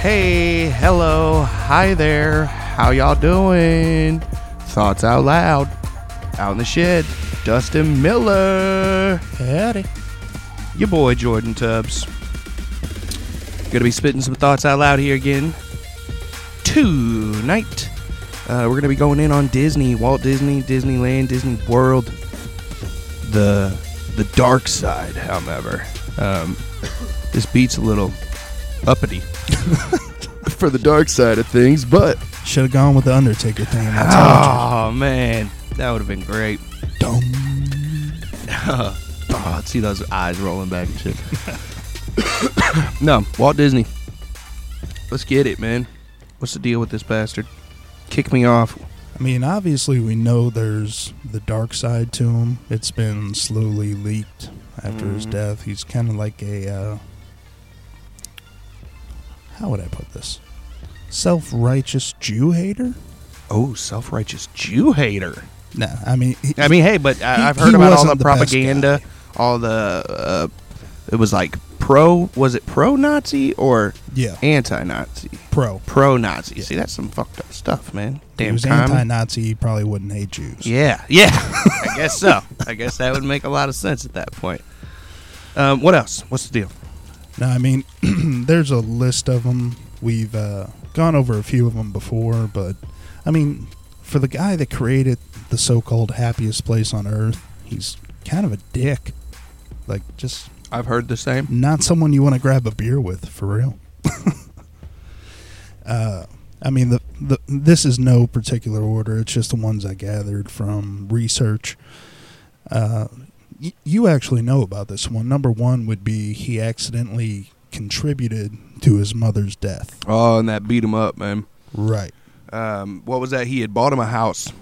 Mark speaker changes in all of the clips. Speaker 1: Hey, hello, hi there. How y'all doing? Thoughts out loud. Out in the shed. Dustin Miller.
Speaker 2: Howdy.
Speaker 1: Your boy Jordan Tubbs. Gonna be spitting some thoughts out loud here again tonight. Uh, we're gonna be going in on Disney, Walt Disney, Disneyland, Disney World. The the dark side, however, um, this beats a little uppity for the dark side of things, but
Speaker 2: Should have gone with the Undertaker thing. and That's
Speaker 1: Oh man, that would have been great.
Speaker 2: dumb.
Speaker 1: Oh, I'd see those eyes rolling back and shit. no, Walt Disney. Let's get it, man. What's the deal with this bastard? Kick me off.
Speaker 2: I mean, obviously, we know there's the dark side to him. It's been slowly leaked after his
Speaker 1: Mhm.
Speaker 2: death. He's kind of like a. Uh, how would I put this? Self righteous Jew hater?
Speaker 1: Oh, self-righteous Jew hater.
Speaker 2: Nah, I mean. he-
Speaker 1: I mean, hey, but I,
Speaker 2: He-
Speaker 1: I've
Speaker 2: he
Speaker 1: heard about all
Speaker 2: wasn't
Speaker 1: the,
Speaker 2: the best
Speaker 1: propaganda, all the. Uh, it was like pro. Was it pro-Nazi or
Speaker 2: yeah,
Speaker 1: anti-Nazi?
Speaker 2: pro.
Speaker 1: Pro-Nazi.
Speaker 2: Yeah.
Speaker 1: See, that's some fucked up stuff, man.
Speaker 2: If he
Speaker 1: Damn
Speaker 2: was
Speaker 1: time.
Speaker 2: anti Nazi, he probably wouldn't hate Jews.
Speaker 1: Yeah, yeah. I guess so. I guess that would make a lot of sense at that point. Um, what else? What's the deal?
Speaker 2: No, I mean, there's a list of them. We've uh, gone over a few of them before, but I mean, for the guy that created the so-called happiest place on earth, he's kind of a dick. Like, just
Speaker 1: I've heard the same.
Speaker 2: not someone you want to grab a beer with, for real. uh, I mean, the, the this is no particular order. It's just the ones I gathered from research. Uh, y- you actually know about this one. Number one would be he accidentally contributed to his mother's death.
Speaker 1: Oh, and that beat him up, man.
Speaker 2: Right.
Speaker 1: Um, what was that? He had bought him a house.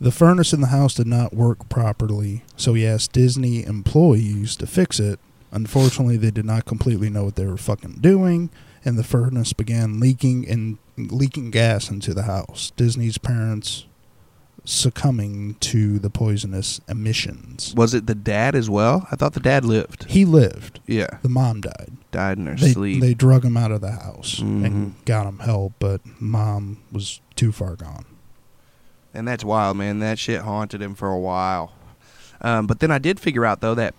Speaker 2: The furnace in the house did not work properly, so he asked Disney employees to fix it. Unfortunately, they did not completely know what they were fucking doing, and the furnace began leaking and leaking gas into the house. Disney's parents succumbing to the poisonous emissions.
Speaker 1: Was it the dad as well? I thought the dad lived.
Speaker 2: He lived.
Speaker 1: Yeah,
Speaker 2: The mom died.
Speaker 1: died in their
Speaker 2: They,
Speaker 1: sleep.
Speaker 2: they drug him out of the house
Speaker 1: Mhm.
Speaker 2: and got him help, but mom was too far gone.
Speaker 1: and that's wild, man. That shit haunted him for a while. Um, but then I did figure out though that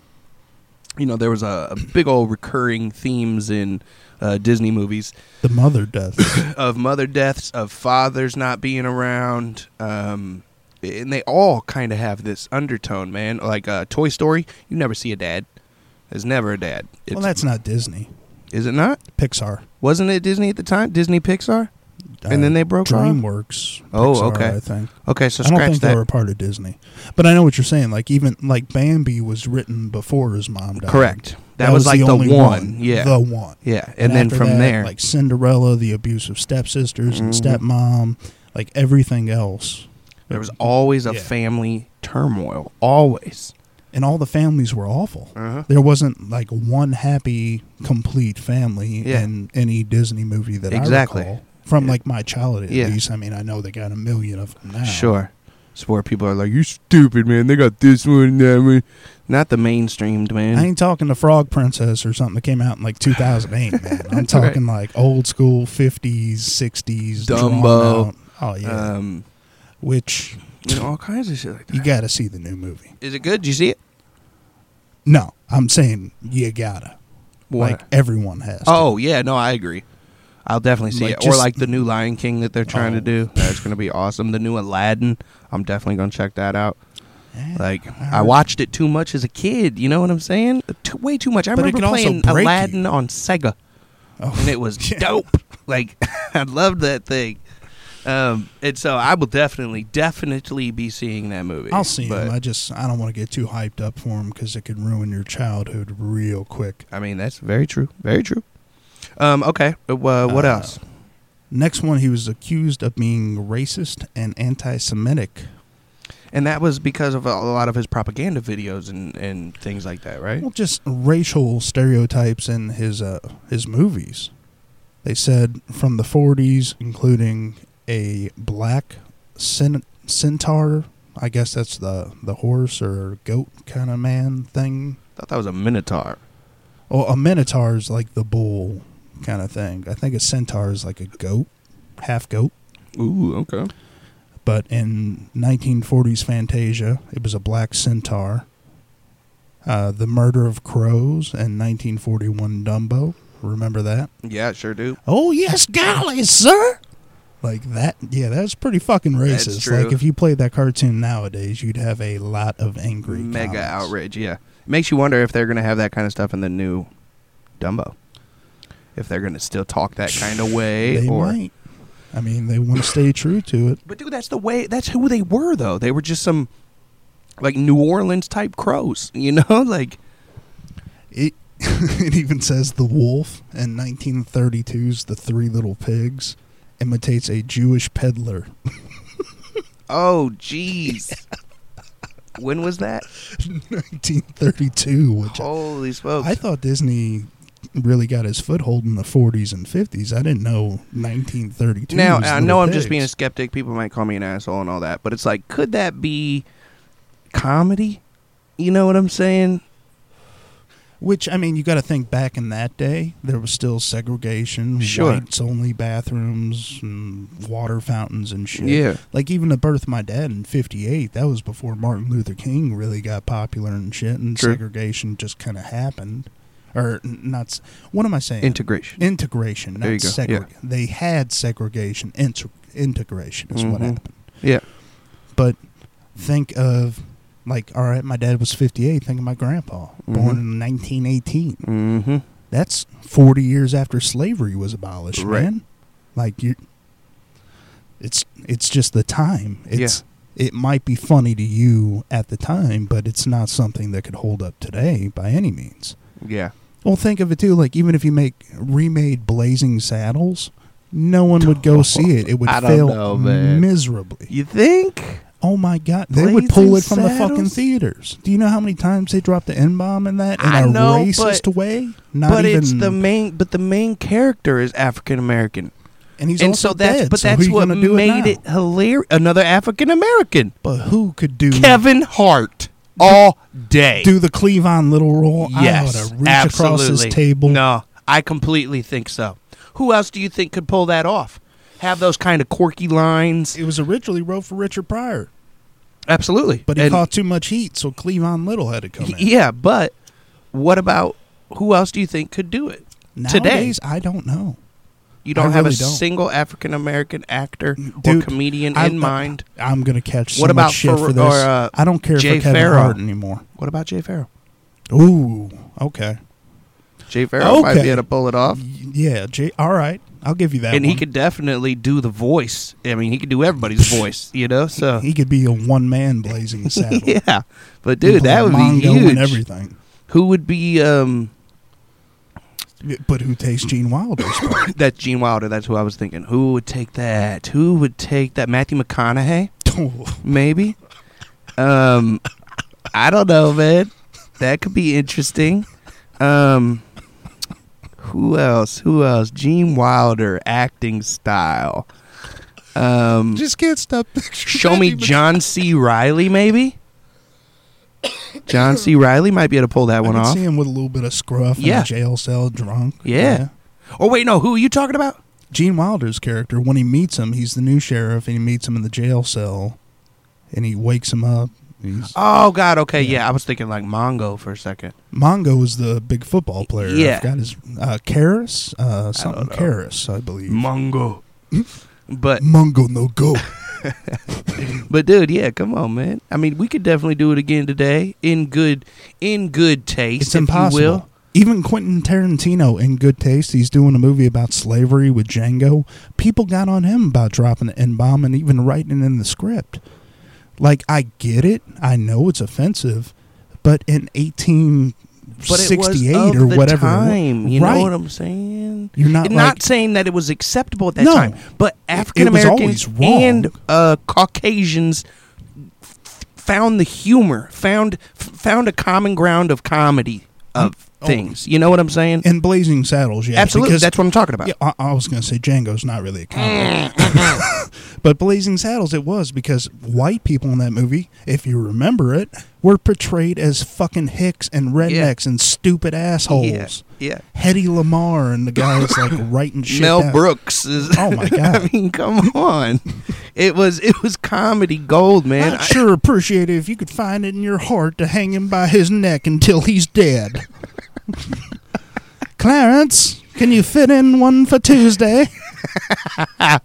Speaker 1: you know there was a, a big old recurring themes in uh, Disney movies
Speaker 2: The mother death.
Speaker 1: of mother deaths, of fathers not being around, um, and they all kind of have this undertone, man. Like uh, Toy Story, you never see a dad. There's never a dad. It's,
Speaker 2: well, that's not Disney.
Speaker 1: is it not?
Speaker 2: Pixar.
Speaker 1: Wasn't it Disney at the time? Disney Pixar,
Speaker 2: Uh,
Speaker 1: and then they broke off.
Speaker 2: DreamWorks.
Speaker 1: Oh,
Speaker 2: Pixar,
Speaker 1: okay.
Speaker 2: I think
Speaker 1: Okay, so
Speaker 2: I don't
Speaker 1: scratch
Speaker 2: think
Speaker 1: that.
Speaker 2: they were a part of Disney, but I know what you're saying. Like even like Bambi was written before his mom died.
Speaker 1: Correct. That, was, like the,
Speaker 2: only
Speaker 1: one. Yeah.
Speaker 2: the one.
Speaker 1: yeah, and, then
Speaker 2: after
Speaker 1: from
Speaker 2: that,
Speaker 1: there,
Speaker 2: like Cinderella, the abusive stepsisters and
Speaker 1: Mhm.
Speaker 2: stepmom, like everything else.
Speaker 1: there was always a
Speaker 2: Yeah.
Speaker 1: family turmoil. Always.
Speaker 2: and all the families were awful.
Speaker 1: Uh-huh.
Speaker 2: There wasn't like one happy, complete family
Speaker 1: Yeah.
Speaker 2: in any Disney movie that
Speaker 1: Exactly.
Speaker 2: I recall from
Speaker 1: Yeah.
Speaker 2: like my childhood at
Speaker 1: Yeah.
Speaker 2: least. I mean, I know they got a million of them now.
Speaker 1: Sure. It's where people are like, "You stupid man! They got this one, and that one." Not the mainstreamed man.
Speaker 2: I ain't talking the Frog Princess or something that came out in like 2008, man. I'm
Speaker 1: right.
Speaker 2: talking like old school 50s, 60s. drawn
Speaker 1: Dumbo.
Speaker 2: out. Oh, yeah.
Speaker 1: Um,
Speaker 2: Which
Speaker 1: you know, all kinds of shit like that.
Speaker 2: you got to see the new movie.
Speaker 1: Is it good? Did you see it?
Speaker 2: No, I'm saying you got to. Like everyone has. to.
Speaker 1: oh yeah, no, I agree. I'll definitely see
Speaker 2: Like,
Speaker 1: it. or
Speaker 2: just-
Speaker 1: like the new Lion King that they're trying to
Speaker 2: Oh.
Speaker 1: do. That's gonna be awesome. The new Aladdin. I'm definitely gonna check that out.
Speaker 2: Yeah,
Speaker 1: Like I
Speaker 2: heard-
Speaker 1: watched it too much as a kid. You know what I'm saying? Too, way too much. I
Speaker 2: But it
Speaker 1: remember
Speaker 2: could also
Speaker 1: playing
Speaker 2: break
Speaker 1: Aladdin
Speaker 2: you.
Speaker 1: on Sega,
Speaker 2: Oh,
Speaker 1: and it was
Speaker 2: yeah.
Speaker 1: dope. Like I loved that thing. Um, and so I will definitely, definitely be seeing that movie.
Speaker 2: I'll see
Speaker 1: But,
Speaker 2: him. I just I don't want to get too hyped up for him because it could ruin your childhood real quick.
Speaker 1: I mean, that's very true. Very true. Um, okay. Uh, what
Speaker 2: Uh,
Speaker 1: else?
Speaker 2: Next one, he was accused of being racist and anti-Semitic.
Speaker 1: And that was because of a a lot of his propaganda videos and, and things like that, right?
Speaker 2: Well, just racial stereotypes in his uh, his movies. They said from the 40s, including a black cen- centaur. I guess that's the the horse or goat kind of man thing.
Speaker 1: I thought that was a Minotaur.
Speaker 2: Well, a minotaur is like the bull kind of thing. I think a centaur is like a goat, half goat.
Speaker 1: Ooh, okay.
Speaker 2: But in 1940s Fantasia, it was a black centaur. Uh, the Murder of Crows and 1941 Dumbo. Remember that?
Speaker 1: Yeah, sure do.
Speaker 2: Oh yes, golly, sir. Like that, yeah, that's pretty fucking
Speaker 1: That's
Speaker 2: racist.
Speaker 1: true.
Speaker 2: Like if you played that cartoon nowadays, you'd have a lot of angry,
Speaker 1: Mega
Speaker 2: comments.
Speaker 1: outrage. Yeah, makes you wonder if they're gonna have that kind of stuff in the new Dumbo. If they're gonna still talk that kind of way,
Speaker 2: They
Speaker 1: or
Speaker 2: might. I mean, they want to stay true to it.
Speaker 1: but dude, that's the way. That's who they were though. They were just some like New Orleans type crows. You know, like
Speaker 2: It it even says the wolf in 1932's The Three Little Pigs imitates a Jewish peddler.
Speaker 1: oh jeez. when was that?
Speaker 2: 1932, which
Speaker 1: Holy smokes!
Speaker 2: I thought Disney really got his foothold in the 40s and 50s. I didn't know 1932.
Speaker 1: Now
Speaker 2: was
Speaker 1: I
Speaker 2: Little
Speaker 1: know I'm just
Speaker 2: Pigs.
Speaker 1: being a skeptic. People might call me an asshole and all that, but it's like, could that be comedy? You know what I'm saying?
Speaker 2: Which I mean, you got to think back in that day, there was still segregation,
Speaker 1: Sure.
Speaker 2: whites only bathrooms, and water fountains and shit.
Speaker 1: Yeah.
Speaker 2: like even the birth of my dad in '58, that was before Martin Luther King really got popular and shit, and
Speaker 1: True.
Speaker 2: segregation just kind of happened, or n- not. s- What am I saying?
Speaker 1: Integration.
Speaker 2: integration, not
Speaker 1: There you go, yeah.
Speaker 2: segregation. They had segregation. Inter- integration is what
Speaker 1: Mhm.
Speaker 2: happened.
Speaker 1: yeah.
Speaker 2: But think of like, all right, my dad was 58. Think of my grandpa, born in 1918.
Speaker 1: Mm-hmm.
Speaker 2: That's 40 years after slavery was abolished,
Speaker 1: Right.
Speaker 2: man. Like you it's it's just the time. It's it might be funny to you at the time, but it's not something that could hold up today by any means.
Speaker 1: Yeah.
Speaker 2: Well, think of it too like even if you make remade Blazing Saddles, no one would go see it. It would
Speaker 1: I don't
Speaker 2: fail
Speaker 1: know, man.
Speaker 2: miserably.
Speaker 1: You think?
Speaker 2: Oh my God! They would pull
Speaker 1: Blazing
Speaker 2: it from the fucking
Speaker 1: Saddles?
Speaker 2: theaters. Do you know how many times they dropped the n bomb in that in
Speaker 1: I
Speaker 2: a
Speaker 1: know,
Speaker 2: racist
Speaker 1: but-
Speaker 2: way? Not
Speaker 1: but
Speaker 2: even,
Speaker 1: it's the main. But the main character is African American,
Speaker 2: and he's
Speaker 1: and
Speaker 2: also
Speaker 1: so that's.
Speaker 2: dead,
Speaker 1: but
Speaker 2: so
Speaker 1: that's
Speaker 2: who you
Speaker 1: what
Speaker 2: gonna do
Speaker 1: made
Speaker 2: now?
Speaker 1: it, hilarious. Another African American,
Speaker 2: But who could do
Speaker 1: Kevin Hart, all day.
Speaker 2: do the Cleavon Little roll?
Speaker 1: yes,
Speaker 2: I oughta reach
Speaker 1: absolutely.
Speaker 2: across this table.
Speaker 1: No, I completely think so. Who else do you think could pull that off? Have those kind of quirky lines?
Speaker 2: It was originally wrote for Richard Pryor,
Speaker 1: Absolutely.
Speaker 2: but he
Speaker 1: And-
Speaker 2: caught too much heat, so Cleavon Little had to come in.
Speaker 1: Yeah, but what about who else do you think could do it? today-
Speaker 2: Nowadays, I don't know.
Speaker 1: You
Speaker 2: I
Speaker 1: don't have
Speaker 2: really
Speaker 1: a
Speaker 2: don't. Mm,
Speaker 1: single African American actor or
Speaker 2: Dude,
Speaker 1: comedian
Speaker 2: I-
Speaker 1: in mind.
Speaker 2: I'm gonna catch so
Speaker 1: What
Speaker 2: much
Speaker 1: about
Speaker 2: shit
Speaker 1: Fer-
Speaker 2: for this.
Speaker 1: or, uh,
Speaker 2: I don't care
Speaker 1: Jay
Speaker 2: for Kevin
Speaker 1: Farrow?
Speaker 2: Hart anymore.
Speaker 1: What about Jay Farrow?
Speaker 2: Ooh, okay.
Speaker 1: Jay Farrow might
Speaker 2: Okay.
Speaker 1: be able to pull it off,
Speaker 2: Yeah, Jay. All right, I'll give you that.
Speaker 1: and he
Speaker 2: one.
Speaker 1: could definitely do the voice. I mean, he could do everybody's voice, you know. So
Speaker 2: he could be a one man blazing saddle.
Speaker 1: uh, yeah, but
Speaker 2: He
Speaker 1: dude, that
Speaker 2: played
Speaker 1: would be
Speaker 2: Mongo
Speaker 1: huge.
Speaker 2: And everything,
Speaker 1: Who would be? um
Speaker 2: but who takes Gene Wilder's part?
Speaker 1: That's Gene Wilder. That's who I was thinking. Who would take that? Who would take that? Matthew McConaughey, maybe. Um, I don't know, man. That could be interesting. Um, who else? Who else? Gene Wilder acting style. Um,
Speaker 2: Just can't stop. picturing
Speaker 1: show me
Speaker 2: Matthew
Speaker 1: John C. Riley, maybe. John C. Riley might be able to pull that
Speaker 2: McConaughey.
Speaker 1: one
Speaker 2: I could
Speaker 1: off.
Speaker 2: see him with a little bit of scruff in
Speaker 1: Yeah.
Speaker 2: a jail cell, drunk.
Speaker 1: Yeah. Oh wait, no. Who are you talking about?
Speaker 2: Gene Wilder's character, when he meets him, he's the new sheriff, and he meets him in the jail cell, and he wakes him up. He's,
Speaker 1: Oh God. Okay.
Speaker 2: Yeah.
Speaker 1: Yeah, I was thinking like Mongo for a second.
Speaker 2: Mongo is the big football player.
Speaker 1: Yeah.
Speaker 2: I forgot his uh, Karras, uh, something
Speaker 1: know.
Speaker 2: Karras, I believe.
Speaker 1: Mongo. But
Speaker 2: Mongo no go.
Speaker 1: but dude, yeah, come on, man. I mean, we could definitely do it again today in good in good taste.
Speaker 2: It's
Speaker 1: if
Speaker 2: impossible.
Speaker 1: You will.
Speaker 2: Even Quentin Tarantino, in good taste, he's doing a movie about slavery with Django. People got on him about dropping the N bomb and even writing it in the script. Like, I get it. I know it's offensive, but in eighteen
Speaker 1: But it was
Speaker 2: sixty-eight
Speaker 1: of
Speaker 2: or
Speaker 1: the
Speaker 2: whatever, it wa-
Speaker 1: Time, you
Speaker 2: right?
Speaker 1: know what I'm saying?
Speaker 2: You're not,
Speaker 1: Not
Speaker 2: like,
Speaker 1: saying that it was acceptable at that
Speaker 2: No.
Speaker 1: time, but African
Speaker 2: always
Speaker 1: Americans
Speaker 2: wrong.
Speaker 1: and uh, Caucasians f- found the humor, found f- found a common ground of comedy of
Speaker 2: Oh.
Speaker 1: things. You know what I'm saying?
Speaker 2: in Blazing Saddles. Yeah,
Speaker 1: Absolutely,
Speaker 2: because-
Speaker 1: that's what I'm talking about.
Speaker 2: Yeah, I, I was gonna say Django's not really a comedy,
Speaker 1: Mm-hmm.
Speaker 2: But Blazing Saddles, it was because white people in that movie, if you remember it, were portrayed as fucking hicks and rednecks and stupid assholes.
Speaker 1: Yeah.
Speaker 2: Hedy Lamar and the guys like writing shit.
Speaker 1: Mel
Speaker 2: down.
Speaker 1: Brooks is.
Speaker 2: Oh my God.
Speaker 1: I mean, come on. It was it was comedy gold, man.
Speaker 2: I'd sure appreciate it if you could find it in your heart to hang him by his neck until he's dead. Clarence, can you fit in one for Tuesday?
Speaker 1: I,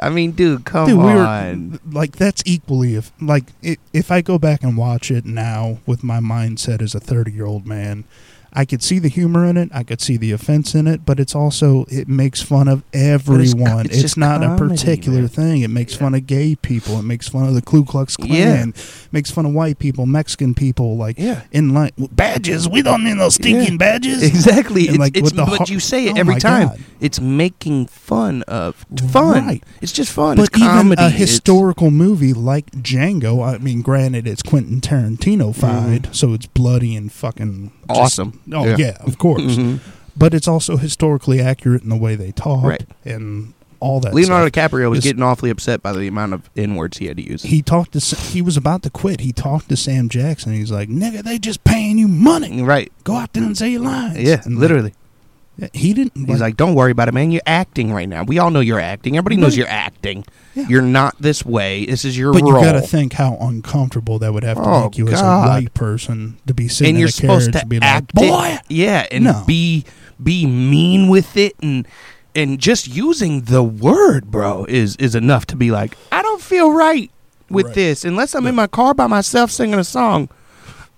Speaker 1: I mean, dude, come
Speaker 2: Dude, we
Speaker 1: on.
Speaker 2: were like that's equally if like i if I go back and watch it now with my mindset as a 30-year-old man, I could see the humor in it, I could see the offense in it, but it's also it makes fun of
Speaker 1: it's co-
Speaker 2: everyone.
Speaker 1: it's
Speaker 2: it's
Speaker 1: just
Speaker 2: not a
Speaker 1: comedy,
Speaker 2: particular
Speaker 1: man.
Speaker 2: thing. It makes
Speaker 1: Yeah.
Speaker 2: fun of gay people, it makes fun of the Ku Klux Klan,
Speaker 1: Yeah.
Speaker 2: makes fun of white people, Mexican people like
Speaker 1: yeah.
Speaker 2: in line badges, we don't need no stinking
Speaker 1: Yeah.
Speaker 2: badges.
Speaker 1: Exactly.
Speaker 2: And,
Speaker 1: It's,
Speaker 2: like,
Speaker 1: it's
Speaker 2: with the
Speaker 1: but
Speaker 2: ho-
Speaker 1: you say it
Speaker 2: Oh
Speaker 1: every
Speaker 2: my
Speaker 1: time.
Speaker 2: God.
Speaker 1: It's making fun of fun.
Speaker 2: Right.
Speaker 1: It's just fun.
Speaker 2: But
Speaker 1: it's comedy.
Speaker 2: even uh, a
Speaker 1: It's-
Speaker 2: historical movie like Django, I mean, granted, it's Quentin Tarantino fied, so it's bloody and fucking just-
Speaker 1: Mm-hmm. Awesome.
Speaker 2: oh yeah,
Speaker 1: Yeah.
Speaker 2: of course.
Speaker 1: Mhm.
Speaker 2: But it's also historically accurate in the way they talk
Speaker 1: Right.
Speaker 2: and all that.
Speaker 1: Leonardo
Speaker 2: stuff.
Speaker 1: DiCaprio was
Speaker 2: It's-
Speaker 1: getting awfully upset by the amount of n words he had to use.
Speaker 2: He talked to. Sa- He was about to quit. He talked to Sam Jackson. He's like, "Nigga, they just paying you money.
Speaker 1: right.
Speaker 2: Go out there and say your lines."
Speaker 1: Yeah.
Speaker 2: And, like,
Speaker 1: literally.
Speaker 2: he didn't.
Speaker 1: He's like, "Don't worry about it, man. You're acting right now. We all know you're acting. Everybody knows
Speaker 2: Right.
Speaker 1: you're acting.
Speaker 2: Yeah.
Speaker 1: You're not this way. This is your
Speaker 2: But
Speaker 1: role."
Speaker 2: you got to think how uncomfortable that would have to
Speaker 1: Oh,
Speaker 2: make you as a
Speaker 1: God.
Speaker 2: white person to be sitting
Speaker 1: and
Speaker 2: in
Speaker 1: you're
Speaker 2: a carriage
Speaker 1: supposed to
Speaker 2: and be
Speaker 1: act
Speaker 2: like,
Speaker 1: it-
Speaker 2: "Boy,
Speaker 1: yeah, and
Speaker 2: No.
Speaker 1: be be mean with it, and and just using the word, bro, is is enough to be like, I don't feel right with
Speaker 2: Right.
Speaker 1: this unless I'm in my car by myself singing a song.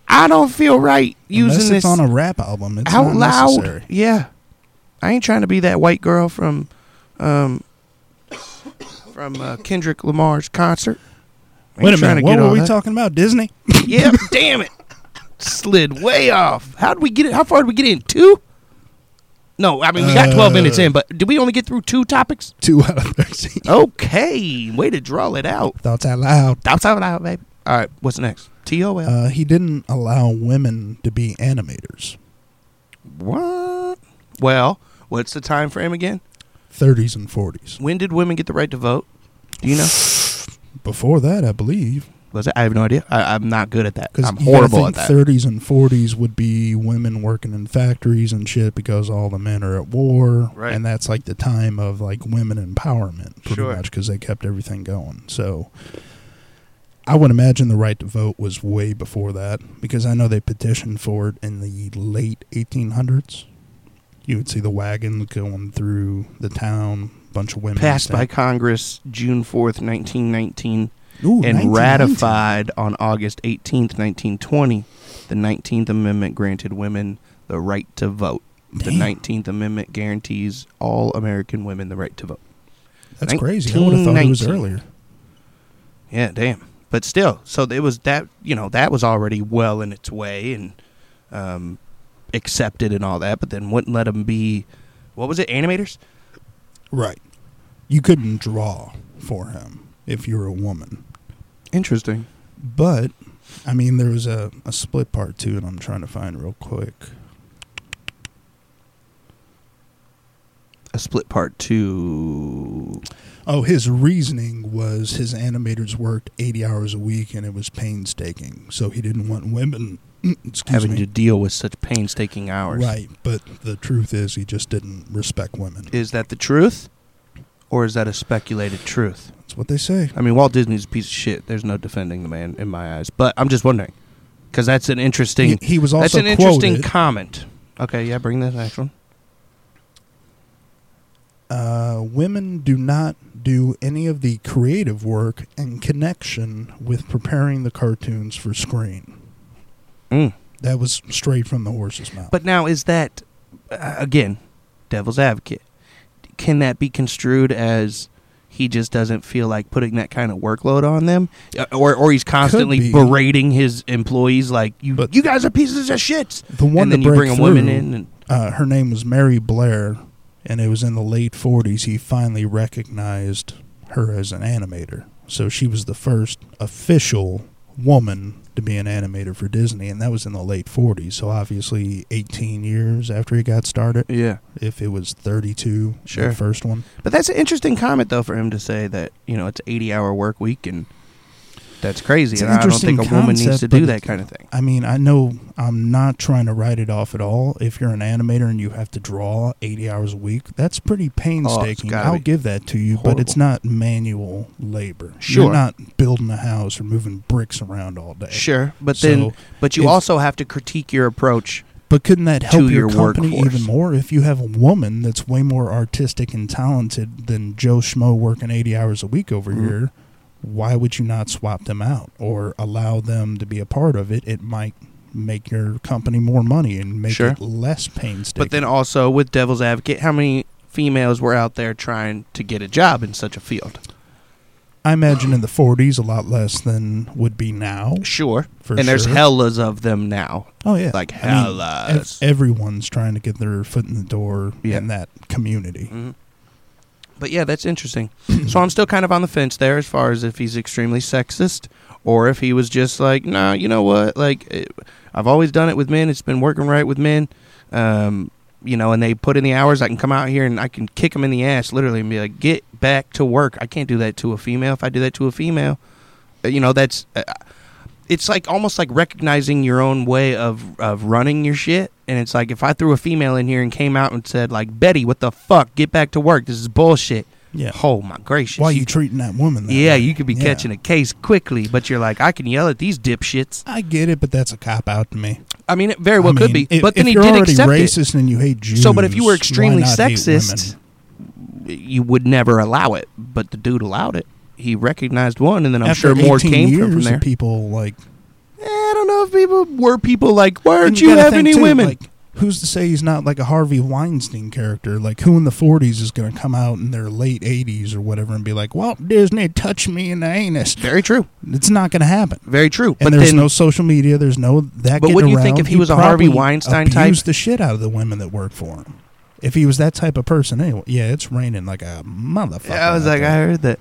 Speaker 1: I don't feel right
Speaker 2: Unless
Speaker 1: using this
Speaker 2: it's on a rap album. It's
Speaker 1: out
Speaker 2: not
Speaker 1: loud.
Speaker 2: necessary.
Speaker 1: Yeah, I ain't trying to be that white girl from um from uh, Kendrick Lamar's concert. I ain't
Speaker 2: Wait a
Speaker 1: trying
Speaker 2: minute.
Speaker 1: to
Speaker 2: What
Speaker 1: get
Speaker 2: were
Speaker 1: all
Speaker 2: we
Speaker 1: that.
Speaker 2: talking about? Disney.
Speaker 1: Yep, damn it. Slid way off. How did we get it? How far did we get in? Two? No, I mean, we got 12
Speaker 2: Uh,
Speaker 1: minutes in, but did we only get through two topics?
Speaker 2: Two out of thirteen.
Speaker 1: Okay, way to draw it out.
Speaker 2: Thoughts out loud.
Speaker 1: Stop talking out, baby. All right, what's next? TOL.
Speaker 2: Uh, he didn't allow women to be animators.
Speaker 1: what? Well, what's the time frame again?
Speaker 2: 30s and 40s.
Speaker 1: When did women get the right to vote? Do you know?
Speaker 2: Before that, I believe,
Speaker 1: Was it? I have no idea. I, I'm not good at that.
Speaker 2: because
Speaker 1: I'm horrible at that.
Speaker 2: 30s and 40s would be women working in factories and shit because all the men are at war,
Speaker 1: Right.
Speaker 2: and that's like the time of like women empowerment, pretty
Speaker 1: Sure.
Speaker 2: much, because they kept everything going. So. I would imagine the right to vote was way before that because I know they petitioned for it in the late 1800s. You would see the wagon going through the town, bunch of women
Speaker 1: Passed by
Speaker 2: stand-
Speaker 1: Congress June 4th, 1919.
Speaker 2: Ooh,
Speaker 1: and
Speaker 2: 1919.
Speaker 1: ratified on August 18th, 1920. The 19th Amendment granted women the right to vote. The
Speaker 2: Damn.
Speaker 1: 19th Amendment guarantees all American women the right to vote.
Speaker 2: That's crazy. I would have thought it was
Speaker 1: 1919.
Speaker 2: earlier.
Speaker 1: Yeah, damn. But still, so it was that, you know, that was already well in its way and um, accepted and all that, but then wouldn't let them be, what was it, animators?
Speaker 2: Right. You couldn't draw for him if you were a woman.
Speaker 1: Interesting.
Speaker 2: But, I mean, there was a, a split part too, and I'm trying to find real quick.
Speaker 1: A split part two.
Speaker 2: Oh, his reasoning was his animators worked 80 hours a week and it was painstaking. So he didn't want women excuse
Speaker 1: having
Speaker 2: me.
Speaker 1: to deal with such painstaking hours.
Speaker 2: Right. But the truth is, he just didn't respect women.
Speaker 1: Is that the truth? Or is that a speculated truth?
Speaker 2: That's what they say.
Speaker 1: I mean, Walt Disney's a piece of shit. There's no defending the man in my eyes. But I'm just wondering. Because that's an
Speaker 2: He,
Speaker 1: interesting.
Speaker 2: he was also
Speaker 1: That's an
Speaker 2: quoted,
Speaker 1: interesting comment. Okay, yeah, bring that next one.
Speaker 2: uh, women do not do any of the creative work in connection with preparing the cartoons for screen.
Speaker 1: Mm.
Speaker 2: That was straight from the horse's mouth.
Speaker 1: But now, is that, uh, again, devil's advocate? Can that be construed as he just doesn't feel like putting that kind of workload on them? Uh, Or, or he's
Speaker 2: be.
Speaker 1: constantly berating his employees like, you,
Speaker 2: But-
Speaker 1: you guys are pieces of shit.
Speaker 2: the
Speaker 1: And
Speaker 2: one to
Speaker 1: then you
Speaker 2: break
Speaker 1: bring a woman
Speaker 2: through,
Speaker 1: in and.
Speaker 2: Uh, her name was Mary Blair, and it was in the late 40s he finally recognized her as an animator. So she was the first official woman to be an animator for Disney, and that was in the late 40s. So obviously, 18 years after he got started,
Speaker 1: Yeah.
Speaker 2: if it was 32,
Speaker 1: Sure.
Speaker 2: the first one.
Speaker 1: But that's an interesting comment, though, for him to say that you know it's eighty hour work week and that's crazy.
Speaker 2: It's an
Speaker 1: and I don't
Speaker 2: interesting
Speaker 1: think a woman needs
Speaker 2: concept,
Speaker 1: to do
Speaker 2: but
Speaker 1: that
Speaker 2: it's-
Speaker 1: kind of thing.
Speaker 2: I mean, I know I'm not trying to write it off at all. If you're an animator and you have to draw 80 hours a week, that's pretty painstaking.
Speaker 1: Oh, gotta
Speaker 2: I'll
Speaker 1: be
Speaker 2: give that to you, but it's not manual labor.
Speaker 1: Sure.
Speaker 2: You're not building a house or moving bricks around all day.
Speaker 1: Sure, but
Speaker 2: So,
Speaker 1: then but you
Speaker 2: if-
Speaker 1: also have to critique your approach.
Speaker 2: But couldn't that help
Speaker 1: To
Speaker 2: your,
Speaker 1: your
Speaker 2: company
Speaker 1: workforce.
Speaker 2: even more if you have a woman that's way more artistic and talented than Joe Schmo working 80 hours a week over
Speaker 1: Mhm.
Speaker 2: here? Why would you not swap them out or allow them to be a part of it? It might make your company more money and make
Speaker 1: Sure.
Speaker 2: it less painstaking.
Speaker 1: But then also with devil's advocate, how many females were out there trying to get a job in such a field?
Speaker 2: I imagine in the 40s a lot less than would be now.
Speaker 1: Sure,
Speaker 2: For
Speaker 1: and there's
Speaker 2: sure.
Speaker 1: hellas of them now.
Speaker 2: Oh yeah,
Speaker 1: Like
Speaker 2: I mean, ev-
Speaker 1: hellas.
Speaker 2: everyone's trying to get their foot in the door
Speaker 1: Yeah.
Speaker 2: in that community.
Speaker 1: Mhm. But yeah, that's interesting. so I'm still kind of on the fence there as far as if he's extremely sexist or if he was just like, nah, you know what? Like, it, I've always done it with men. It's been working right with men. Um, you know, and they put in the hours. I can come out here and I can kick them in the ass, literally, and be like, get back to work. I can't do that to a female. If I do that to a female, uh, you know, that's. Uh, it's like almost like recognizing your own way of of running your shit and it's like if i threw a female in here and came out and said like betty what the fuck get back to work this is bullshit
Speaker 2: Yeah.
Speaker 1: oh my gracious
Speaker 2: Why are you treating that woman? That
Speaker 1: yeah
Speaker 2: way?
Speaker 1: you could be
Speaker 2: Yeah.
Speaker 1: catching a case quickly but you're like i can yell at these dipshits
Speaker 2: I get it, but that's a cop out to me.
Speaker 1: i mean it very well
Speaker 2: I
Speaker 1: could
Speaker 2: mean,
Speaker 1: be
Speaker 2: if-
Speaker 1: but then
Speaker 2: if
Speaker 1: he
Speaker 2: you're
Speaker 1: did
Speaker 2: already
Speaker 1: accept it
Speaker 2: racist and you hate Jews.
Speaker 1: so but if you were extremely
Speaker 2: why not hate
Speaker 1: sexist
Speaker 2: women?
Speaker 1: you would never allow it but the dude allowed it he recognized one and then i'm sure
Speaker 2: After
Speaker 1: more
Speaker 2: 18
Speaker 1: came
Speaker 2: years
Speaker 1: from, from
Speaker 2: of
Speaker 1: there
Speaker 2: people like.
Speaker 1: Eh, i don't know if people were people like why
Speaker 2: and
Speaker 1: aren't you
Speaker 2: gotta
Speaker 1: have
Speaker 2: think,
Speaker 1: any
Speaker 2: too,
Speaker 1: women
Speaker 2: Like, who's to say he's not like a Harvey Weinstein character? Like who in the 40s is going to come out in their late 80s or whatever and be like, "Well, Disney touched me in the anus."
Speaker 1: very true
Speaker 2: It's not going to happen.
Speaker 1: Very true. but
Speaker 2: And there's
Speaker 1: then,
Speaker 2: no social media. There's no that.
Speaker 1: But
Speaker 2: getting
Speaker 1: wouldn't you think
Speaker 2: around.
Speaker 1: if he was a Harvey
Speaker 2: probably
Speaker 1: Weinstein type-
Speaker 2: abused the shit out of the women that worked for him. If he was that type of person, anyway. Yeah, it's raining like a motherfucker.
Speaker 1: Yeah, I was
Speaker 2: out
Speaker 1: like,
Speaker 2: there.
Speaker 1: I heard that.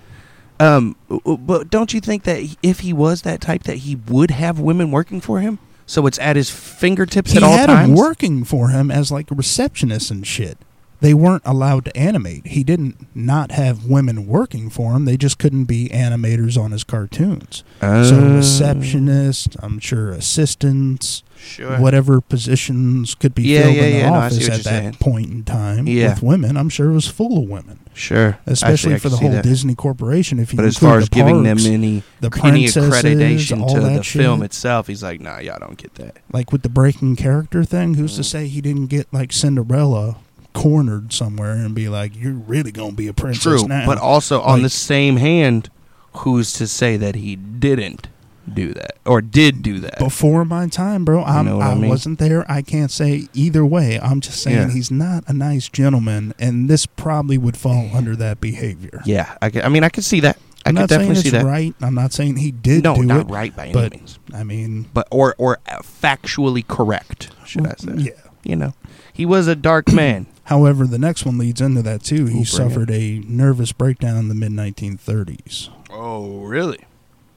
Speaker 1: Um, w- w- but don't you think that he- if he was that type, that he would have women working for him? So it's at his fingertips
Speaker 2: he
Speaker 1: at all
Speaker 2: had
Speaker 1: times.
Speaker 2: him working for him as like a receptionist and shit. They weren't allowed to animate. He didn't not have women working for him. They just couldn't be animators on his cartoons. so
Speaker 1: Oh.
Speaker 2: receptionist, I'm sure assistants,
Speaker 1: Sure.
Speaker 2: whatever positions could be
Speaker 1: Yeah,
Speaker 2: filled
Speaker 1: yeah,
Speaker 2: in the
Speaker 1: yeah, no, I see
Speaker 2: office
Speaker 1: what
Speaker 2: at
Speaker 1: you're
Speaker 2: that
Speaker 1: saying.
Speaker 2: point in time
Speaker 1: Yeah.
Speaker 2: with women, I'm sure it was full of women.
Speaker 1: Sure. I see,
Speaker 2: Especially
Speaker 1: I
Speaker 2: for
Speaker 1: can
Speaker 2: the
Speaker 1: see
Speaker 2: whole
Speaker 1: that.
Speaker 2: Disney Corporation, if you
Speaker 1: But as
Speaker 2: include
Speaker 1: far
Speaker 2: the
Speaker 1: as giving them
Speaker 2: parks,
Speaker 1: any
Speaker 2: the
Speaker 1: any
Speaker 2: princesses,
Speaker 1: accreditation
Speaker 2: all
Speaker 1: to
Speaker 2: that
Speaker 1: the film
Speaker 2: shit.
Speaker 1: itself, he's like, nah, y'all don't get that.
Speaker 2: like with the breaking character thing, who's
Speaker 1: Mm.
Speaker 2: to say he didn't get like Cinderella cornered somewhere and be like, "You're really gonna be a princess
Speaker 1: True.
Speaker 2: now"?
Speaker 1: But also on
Speaker 2: Like-
Speaker 1: the same hand, who's to say that he didn't do that or did do that?
Speaker 2: before my time, bro. I'm,
Speaker 1: know what
Speaker 2: I,
Speaker 1: I mean?
Speaker 2: wasn't there. I can't say either way. I'm just saying
Speaker 1: Yeah.
Speaker 2: he's not a nice gentleman, and this probably would fall under that behavior.
Speaker 1: Yeah. I, could- I mean, I could see that. I
Speaker 2: I'm
Speaker 1: could
Speaker 2: not saying
Speaker 1: definitely
Speaker 2: it's
Speaker 1: see that.
Speaker 2: right. I'm not saying he did
Speaker 1: no,
Speaker 2: do
Speaker 1: not
Speaker 2: it.
Speaker 1: right by any
Speaker 2: but-
Speaker 1: means.
Speaker 2: I mean,
Speaker 1: but or or factually correct, should I say?
Speaker 2: yeah.
Speaker 1: You know, he was a dark man.
Speaker 2: However, the next one leads into that too.
Speaker 1: bring
Speaker 2: He
Speaker 1: it.
Speaker 2: suffered a nervous breakdown in the mid 1930s.
Speaker 1: oh, really?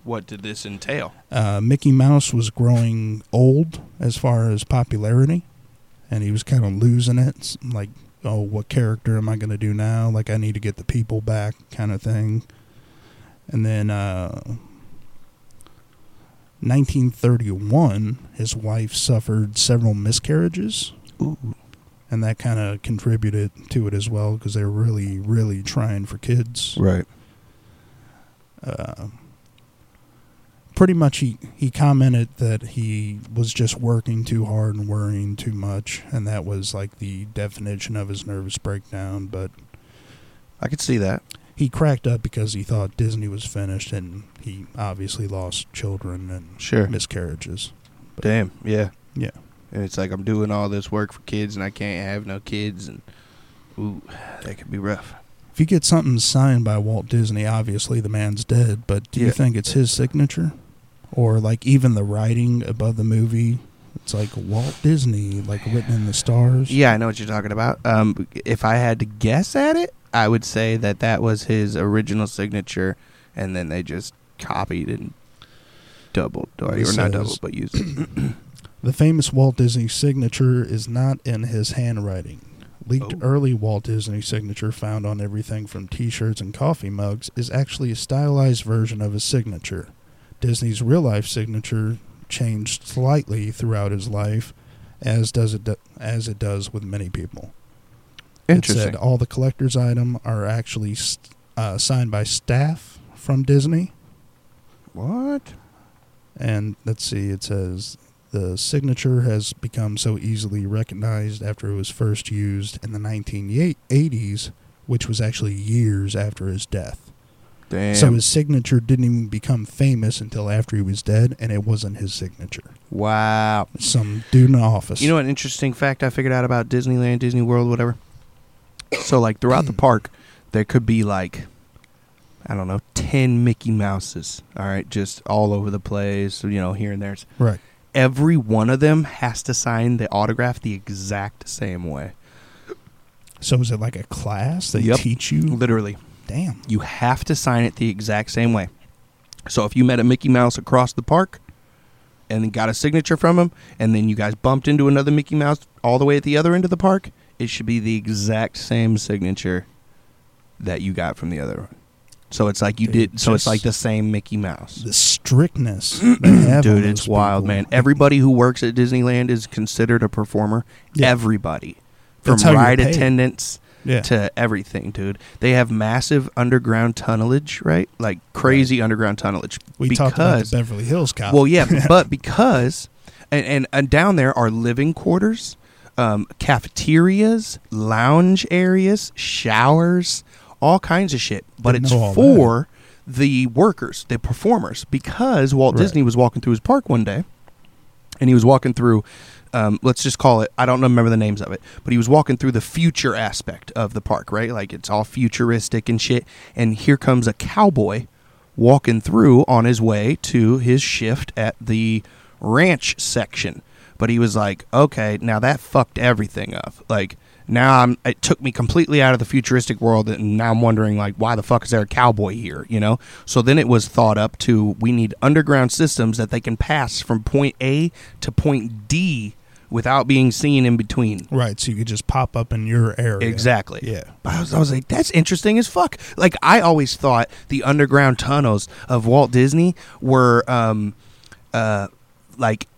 Speaker 1: What did this entail?
Speaker 2: uh, Mickey Mouse was growing old as far as popularity, and he was kind of losing it. It's Like, oh, what character am I going to do now? Like, I need to get the people back, kind of thing. And then, uh, 1931, his wife suffered several miscarriages,
Speaker 1: Ooh,
Speaker 2: and that kind of contributed to it as well because they were really, really trying for kids
Speaker 1: right.
Speaker 2: uh, pretty much he, he commented that he was just working too hard and worrying too much and that was like the definition of his nervous breakdown but
Speaker 1: I could see that.
Speaker 2: he cracked up because he thought disney was finished and he obviously lost children and
Speaker 1: Sure.
Speaker 2: miscarriages
Speaker 1: Damn. Yeah.
Speaker 2: Yeah.
Speaker 1: And it's like I'm doing all this work for kids, and I can't have no kids, and ooh, that could be rough.
Speaker 2: if you get something signed by walt disney obviously the man's dead but do
Speaker 1: Yeah.
Speaker 2: you think it's his signature or like even the writing above the movie it's like walt disney like written in the stars
Speaker 1: Yeah, I know what you're talking about. Um, if I had to guess at it, I would say that that was his original signature, and then they just copied and doubled, or
Speaker 2: He
Speaker 1: not
Speaker 2: says-
Speaker 1: doubled, but used.
Speaker 2: The famous Walt Disney signature is not in his handwriting. Leaked
Speaker 1: Oh.
Speaker 2: early Walt Disney signature found on everything from t shirts and coffee mugs is actually a stylized version of his signature. Disney's real life signature changed slightly throughout his life, as does it do- as it does with many people. It
Speaker 1: Interesting.
Speaker 2: said all the collector's item are actually st- uh, signed by staff from Disney.
Speaker 1: What?
Speaker 2: And let's see, it says the signature has become so easily recognized after it was first used in the 1980s, which was actually years after his death.
Speaker 1: Damn.
Speaker 2: So his signature didn't even become famous until after he was dead, and it wasn't his signature.
Speaker 1: wow.
Speaker 2: It's Some dude in the office.
Speaker 1: You know an interesting fact I figured out about Disneyland, Disney World, whatever. So like throughout the park, there could be like I don't know, 10 Mickey Mouses, all right, just all over the place, you know, here and there.
Speaker 2: Right.
Speaker 1: Every one of them has to sign the autograph the exact same way.
Speaker 2: So is it like a class they
Speaker 1: Yep.
Speaker 2: teach you?
Speaker 1: Literally,
Speaker 2: Damn.
Speaker 1: you have to sign it the exact same way. So if you met a Mickey Mouse across the park and got a signature from him, and then you guys bumped into another Mickey Mouse all the way at the other end of the park, it should be the exact same signature that you got from the other one. So it's like you
Speaker 2: Dude,
Speaker 1: did. So it's
Speaker 2: just-
Speaker 1: like the same Mickey Mouse.
Speaker 2: The strictness they have on
Speaker 1: Dude,
Speaker 2: those
Speaker 1: it's wild,
Speaker 2: people.
Speaker 1: man. Everybody who works at Disneyland is considered a performer.
Speaker 2: Yeah.
Speaker 1: Everybody, from
Speaker 2: That's how you're
Speaker 1: ride
Speaker 2: paid.
Speaker 1: attendants
Speaker 2: yeah.
Speaker 1: to everything, dude. They have massive underground tunnelage, right? Like crazy underground tunnelage.
Speaker 2: we talked about the Beverly Hills cop.
Speaker 1: well, yeah, but because and, and and down there are living quarters, um, cafeterias, lounge areas, showers, all kinds of shit. But
Speaker 2: Didn't
Speaker 1: it's
Speaker 2: know all
Speaker 1: for the workers, the performers, because Walt
Speaker 2: Right.
Speaker 1: Disney was walking through his park one day, and he was walking through. Um, let's just call it. I don't remember the names of it, but he was walking through the future aspect of the park, right? Like it's all futuristic and shit. And here comes a cowboy walking through on his way to his shift at the ranch section. But he was like, okay, now that fucked everything up. Like now I'm it took me completely out of the futuristic world and now I'm wondering like why the fuck is there a cowboy here, you know? So then it was thought up to we need underground systems that they can pass from point A to point D without being seen in between.
Speaker 2: right, so you could just pop up in your area.
Speaker 1: Exactly.
Speaker 2: Yeah.
Speaker 1: But I was, I was like, that's interesting as fuck. Like, I always thought the underground tunnels of Walt Disney were, um, uh, like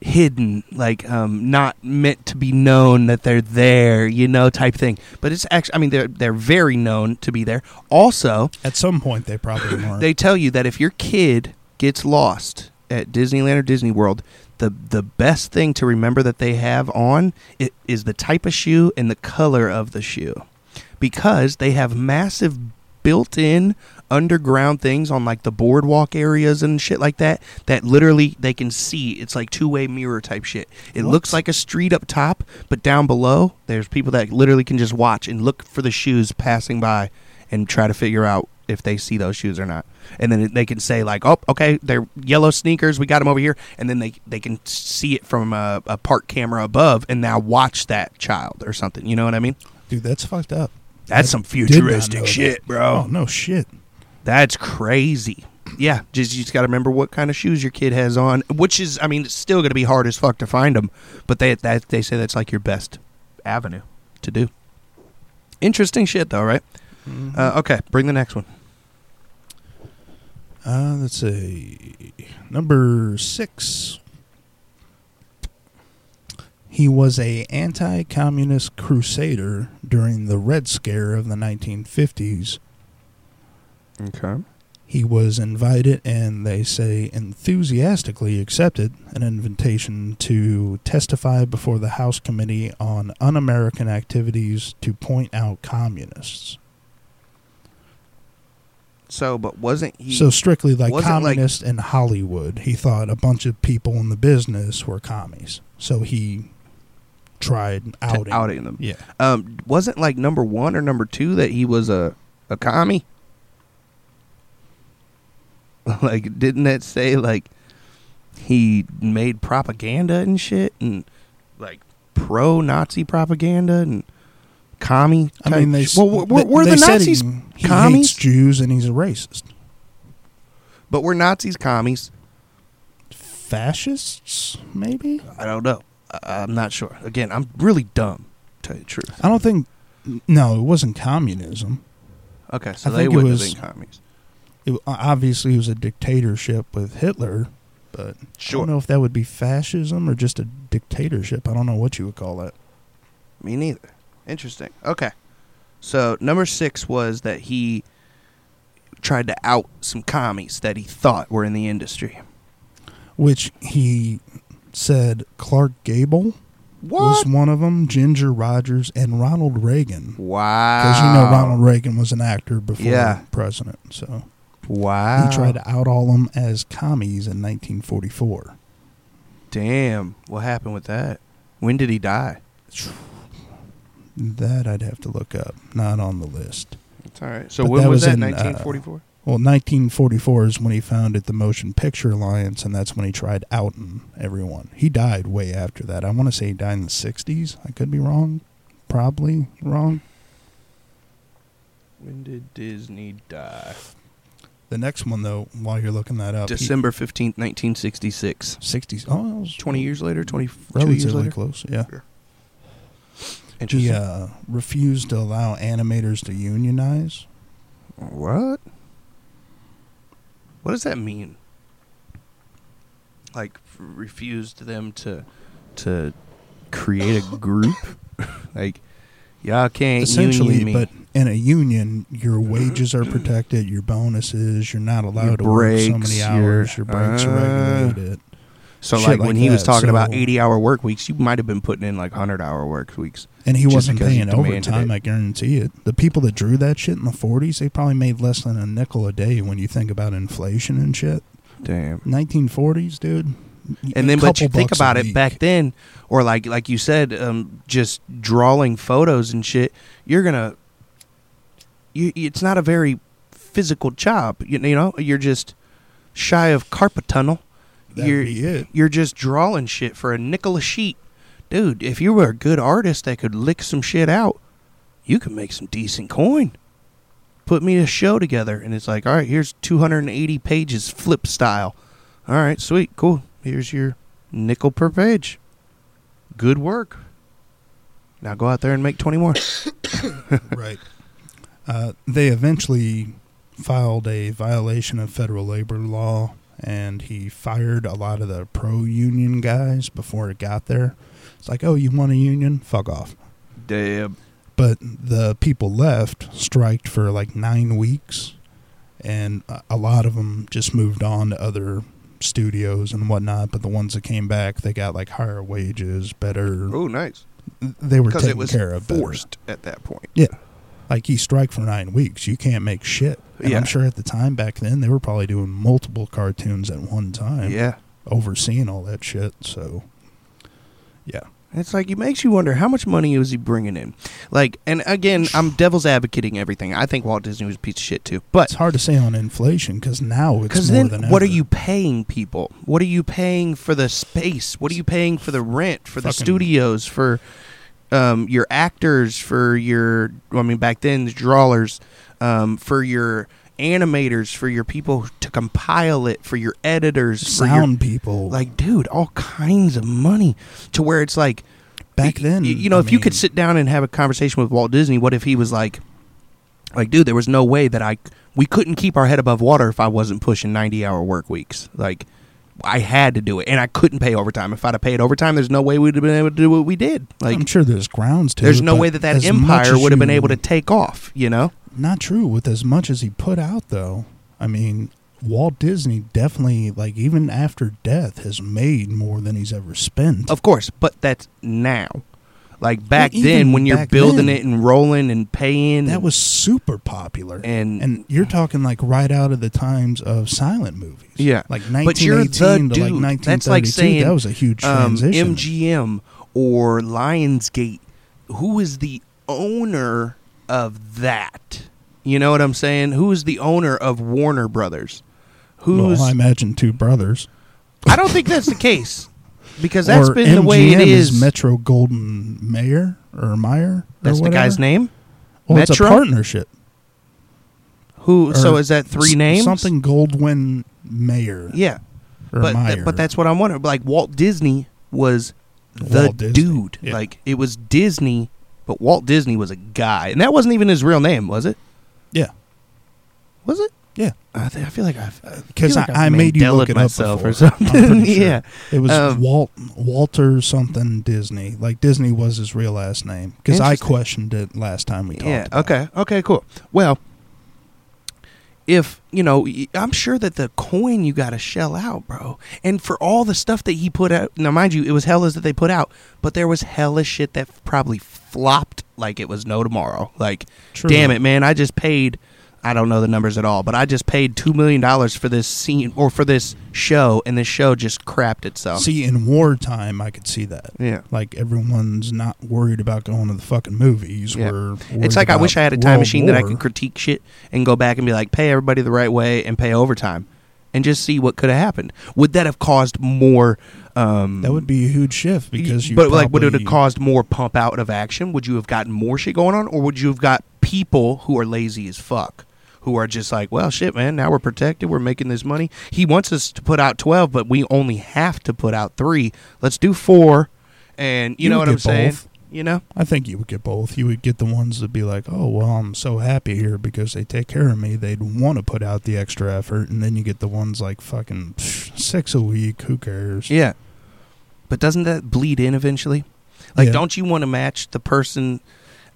Speaker 1: hidden, like, um, not meant to be known that they're there, you know, type thing. But it's actually, I mean, they're, they're very known to be there. Also,
Speaker 2: At some point, they probably weren't.
Speaker 1: they tell you that if your kid gets lost at Disneyland or Disney World, the the best thing to remember that they have on i- is the type of shoe and the color of the shoe, because they have massive built-in underground things on like the boardwalk areas and shit like that that literally they can see it's like two-way mirror type shit it
Speaker 2: What?
Speaker 1: looks like a street up top but down below there's people that literally can just watch and look for the shoes passing by and try to figure out if they see those shoes or not. And then they can say like, "Oh, okay, they're yellow sneakers. We got them over here." And then they they can see it from a, a park camera above, and now watch that child or something. You know what I mean?
Speaker 2: Dude, that's fucked up.
Speaker 1: That's
Speaker 2: I
Speaker 1: some
Speaker 2: did not know
Speaker 1: futuristic
Speaker 2: that.
Speaker 1: shit, bro.
Speaker 2: Oh no shit.
Speaker 1: That's crazy. Yeah, just you just got to remember what kind of shoes your kid has on, which is, I mean, it's still going to be hard as fuck to find them. But they that they say that's like your best avenue to do. Interesting shit, though, right?
Speaker 2: Mm-hmm.
Speaker 1: Uh, okay, bring the next one.
Speaker 2: Uh, let's see. Number six. He was a anti-communist crusader during the Red Scare of the 1950s.
Speaker 1: Okay.
Speaker 2: He was invited and they say enthusiastically accepted an invitation to testify before the House Committee on Un American Activities to point out communists.
Speaker 1: So, but wasn't he?
Speaker 2: so, strictly like
Speaker 1: wasn't, like-
Speaker 2: communist in Hollywood, he thought a bunch of people in the business were commies. So, he tried
Speaker 1: to
Speaker 2: outing.
Speaker 1: outing them.
Speaker 2: Yeah.
Speaker 1: Um, wasn't like number one or number two that he was a a commie. Like, didn't that say like he made propaganda and shit and like pro Nazi propaganda and commie?
Speaker 2: I
Speaker 1: type
Speaker 2: mean, they,
Speaker 1: sh- well, were, were
Speaker 2: they
Speaker 1: the
Speaker 2: said
Speaker 1: Nazis
Speaker 2: he, he hates
Speaker 1: commies?
Speaker 2: Jews and he's a racist.
Speaker 1: But we're Nazis, commies.
Speaker 2: Fascists, maybe?
Speaker 1: I don't know. I- I'm not sure. Again, I'm really dumb. To tell you the truth.
Speaker 2: I don't think. No, it wasn't communism.
Speaker 1: Okay, so
Speaker 2: I
Speaker 1: they
Speaker 2: think it
Speaker 1: would
Speaker 2: was-
Speaker 1: have been commies.
Speaker 2: It o- obviously it was a dictatorship with Hitler, but I
Speaker 1: Sure.
Speaker 2: don't know if that would be fascism or just a dictatorship. I don't know what you would call it.
Speaker 1: Me neither. Interesting. Okay. So number six was that he tried to out some commies that he thought were in the industry.
Speaker 2: Which he said Clark Gable was one of them, Ginger Rogers, and Ronald Reagan.
Speaker 1: Wow.
Speaker 2: Because you know Ronald Reagan was an actor before
Speaker 1: Yeah.
Speaker 2: president, so
Speaker 1: Wow.
Speaker 2: he tried to out all them as commies in 1944.
Speaker 1: Damn. What happened with that? When did he die?
Speaker 2: That I'd have to look up. Not on the list.
Speaker 1: It's all right. So
Speaker 2: But
Speaker 1: when
Speaker 2: that
Speaker 1: was,
Speaker 2: was
Speaker 1: that?
Speaker 2: in, uh,
Speaker 1: 1944.
Speaker 2: Well, 1944 is when he founded the Motion Picture Alliance, and that's when he tried outing everyone. He died way after that. I want to say he died in the 60s. I could be wrong. Probably wrong.
Speaker 1: when did Disney die?
Speaker 2: The next one, though, while you're looking that up, he-
Speaker 1: December 15th, 1966.
Speaker 2: 60s. Oh, that was
Speaker 1: 20 years later. 20 two
Speaker 2: relatively
Speaker 1: years later.
Speaker 2: close. Yeah.
Speaker 1: Interesting.
Speaker 2: He uh, refused to allow animators to unionize.
Speaker 1: What? What does that mean? Like f- refused them to to create a group? like y'all can't
Speaker 2: Essentially,
Speaker 1: union me.
Speaker 2: but in a union, your wages are protected, your bonuses, you're not allowed to work
Speaker 1: breaks,
Speaker 2: so many
Speaker 1: your-
Speaker 2: hours, your breaks are
Speaker 1: Ah.
Speaker 2: regulated.
Speaker 1: so
Speaker 2: shit
Speaker 1: like when
Speaker 2: like
Speaker 1: he was
Speaker 2: that,
Speaker 1: talking about
Speaker 2: so-
Speaker 1: 80 hour work weeks, you might have been putting in like 100 hour work weeks.
Speaker 2: And he
Speaker 1: Just
Speaker 2: wasn't
Speaker 1: because he
Speaker 2: paying
Speaker 1: demanded
Speaker 2: overtime,
Speaker 1: it.
Speaker 2: I guarantee it. The people that drew that shit in the 40s, they probably made less than a nickel a day when you think about inflation and shit.
Speaker 1: Damn.
Speaker 2: 1940s, dude.
Speaker 1: and then but you think about it back then or like like you said um just drawing photos and shit you're gonna you it's not a very physical job you, you know you're just shy of carpet tunnel
Speaker 2: That'd
Speaker 1: you're
Speaker 2: be it.
Speaker 1: you're just drawing shit for a nickel a sheet dude if you were a good artist that could lick some shit out you could make some decent coin put me a show together and it's like all right here's 280 pages flip style all right sweet cool here's your nickel per page good work now go out there and make 20 more
Speaker 2: right. Uh, they eventually filed a violation of federal labor law, and he fired a lot of the pro union guys before it got there. It's like, oh, you want a union? Fuck off.
Speaker 1: damn
Speaker 2: But the people left striked for like nine weeks, and a- a lot of them just moved on to other studios and whatnot. But the ones that came back, they got like higher wages, better.
Speaker 1: oh nice
Speaker 2: They were
Speaker 1: because it
Speaker 2: taken
Speaker 1: was
Speaker 2: care of, better.
Speaker 1: forced at that point
Speaker 2: Yeah. Like you strike for nine weeks, you can't make shit. And
Speaker 1: Yeah.
Speaker 2: I'm sure at the time back then they were probably doing multiple cartoons at one time.
Speaker 1: yeah
Speaker 2: Overseeing all that shit. So Yeah.
Speaker 1: It's like it makes you wonder how much money was he bringing in, like. And again, I'm devil's advocating everything. I think Walt Disney was a piece of shit too,
Speaker 2: It's
Speaker 1: but
Speaker 2: hard to say on inflation because now it's
Speaker 1: because
Speaker 2: more
Speaker 1: then
Speaker 2: than
Speaker 1: what
Speaker 2: ever.
Speaker 1: are you paying people? What are you paying for the space? What are you paying for the rent for the
Speaker 2: Fucking-
Speaker 1: studios for um, your actors for your? I mean, back then the drawers um, for your animators for your people to compile it for your editors for your
Speaker 2: sound people
Speaker 1: like dude all kinds of money to where it's like
Speaker 2: back
Speaker 1: y-
Speaker 2: then?
Speaker 1: y- you know
Speaker 2: I
Speaker 1: if you could
Speaker 2: mean,
Speaker 1: sit down and have a conversation with Walt Disney what if he was like like dude there was no way that I we couldn't keep our head above water if I wasn't pushing 90 hour work weeks like I had to do it and I couldn't pay overtime if I'd have paid overtime there's no way we'd have been able to do what we did like
Speaker 2: I'm sure there's grounds to
Speaker 1: there's
Speaker 2: it,
Speaker 1: no
Speaker 2: but
Speaker 1: way that that
Speaker 2: as much
Speaker 1: empire
Speaker 2: as
Speaker 1: would have been
Speaker 2: you-
Speaker 1: able to take off you know
Speaker 2: not true with as much as he put out though i mean walt disney definitely like even after death has made more than he's ever spent
Speaker 1: Of course, but that's now. Like E-, back
Speaker 2: even
Speaker 1: then, when you're
Speaker 2: back
Speaker 1: building
Speaker 2: then,
Speaker 1: it and rolling and paying,
Speaker 2: that
Speaker 1: and-
Speaker 2: was super popular
Speaker 1: and,
Speaker 2: and you're talking like right out of the times of silent movies
Speaker 1: Yeah.
Speaker 2: like
Speaker 1: But you're
Speaker 2: 1918 to
Speaker 1: the
Speaker 2: like
Speaker 1: dude.
Speaker 2: 1932
Speaker 1: That's like saying,
Speaker 2: that was a huge
Speaker 1: um,
Speaker 2: transition
Speaker 1: MGM or Lionsgate, who is the owner of that? You know what I'm saying? Who is the owner of Warner Brothers? Who's
Speaker 2: well, i imagine two brothers
Speaker 1: I don't think that's the case because that's
Speaker 2: or
Speaker 1: been the way it
Speaker 2: MGM
Speaker 1: is.
Speaker 2: metro golden mayer or meyer or
Speaker 1: that's the guy's
Speaker 2: whatever.
Speaker 1: name.
Speaker 2: well, it's a
Speaker 1: Metro?
Speaker 2: partnership
Speaker 1: Who? so
Speaker 2: Or
Speaker 1: is that three
Speaker 2: S-
Speaker 1: names?
Speaker 2: Something Goldwyn mayor.
Speaker 1: Yeah,
Speaker 2: or
Speaker 1: but
Speaker 2: Meyer.
Speaker 1: th- but that's what I'm wondering. Like Walt Disney was the
Speaker 2: Walt Disney,
Speaker 1: dude.
Speaker 2: yeah.
Speaker 1: Like it was Disney, but Walt Disney was a guy, and that wasn't even his real name, was it?
Speaker 2: yeah,
Speaker 1: Was it?
Speaker 2: yeah.
Speaker 1: I, th- I feel like I've I feel
Speaker 2: Because
Speaker 1: like
Speaker 2: uh, I, I
Speaker 1: I've
Speaker 2: made you
Speaker 1: Mandelaed
Speaker 2: look it
Speaker 1: myself
Speaker 2: up before.
Speaker 1: or something.
Speaker 2: I'm pretty sure.
Speaker 1: yeah,
Speaker 2: It was
Speaker 1: Um,
Speaker 2: Walt Walter something Disney. Like Disney was his real last name because I
Speaker 1: Interesting.
Speaker 2: questioned it last time we talked.
Speaker 1: yeah.
Speaker 2: about it.
Speaker 1: Okay. Okay. Cool. Well, if you know, y- I'm sure that the coin you got to shell out, bro, and for all the stuff that he put out. Now, mind you, it was hellas that they put out, but there was hella shit that probably flopped like it was no tomorrow. Like,
Speaker 2: True.
Speaker 1: damn it, man, I just paid. I don't know the numbers at all, but I just paid two million dollars for this scene or for this show, and this show just crapped itself.
Speaker 2: See, in wartime, I could see that.
Speaker 1: yeah.
Speaker 2: Like everyone's not worried about going to the fucking movies.
Speaker 1: Yeah.
Speaker 2: We're
Speaker 1: It's
Speaker 2: worried
Speaker 1: like I wish
Speaker 2: about
Speaker 1: I had a time
Speaker 2: World
Speaker 1: machine that I
Speaker 2: War.
Speaker 1: could critique shit and go back and be like, pay everybody the right way and pay overtime, and just see what could have happened. Would that have caused more? Um,
Speaker 2: That would be a huge shift because you.
Speaker 1: but like, would it have
Speaker 2: probably-
Speaker 1: caused more pump out of action? Would you have gotten more shit going on, or would you have got people who are lazy as fuck? Who are just like, well, shit, man. Now we're protected. We're making this money. He wants us to put out twelve, but we only have to put out three. Let's do four, and you,
Speaker 2: You
Speaker 1: know what
Speaker 2: would
Speaker 1: I'm
Speaker 2: get
Speaker 1: saying.
Speaker 2: both.
Speaker 1: You know,
Speaker 2: I think you would get both. You would get the ones that be like, "Oh, well, I'm so happy here because they take care of me. They'd want to put out the extra effort." And then you get the ones like fucking psh, six a week. Who cares?
Speaker 1: Yeah. But doesn't that bleed in eventually? Like,
Speaker 2: Yeah.
Speaker 1: don't you want to match the person?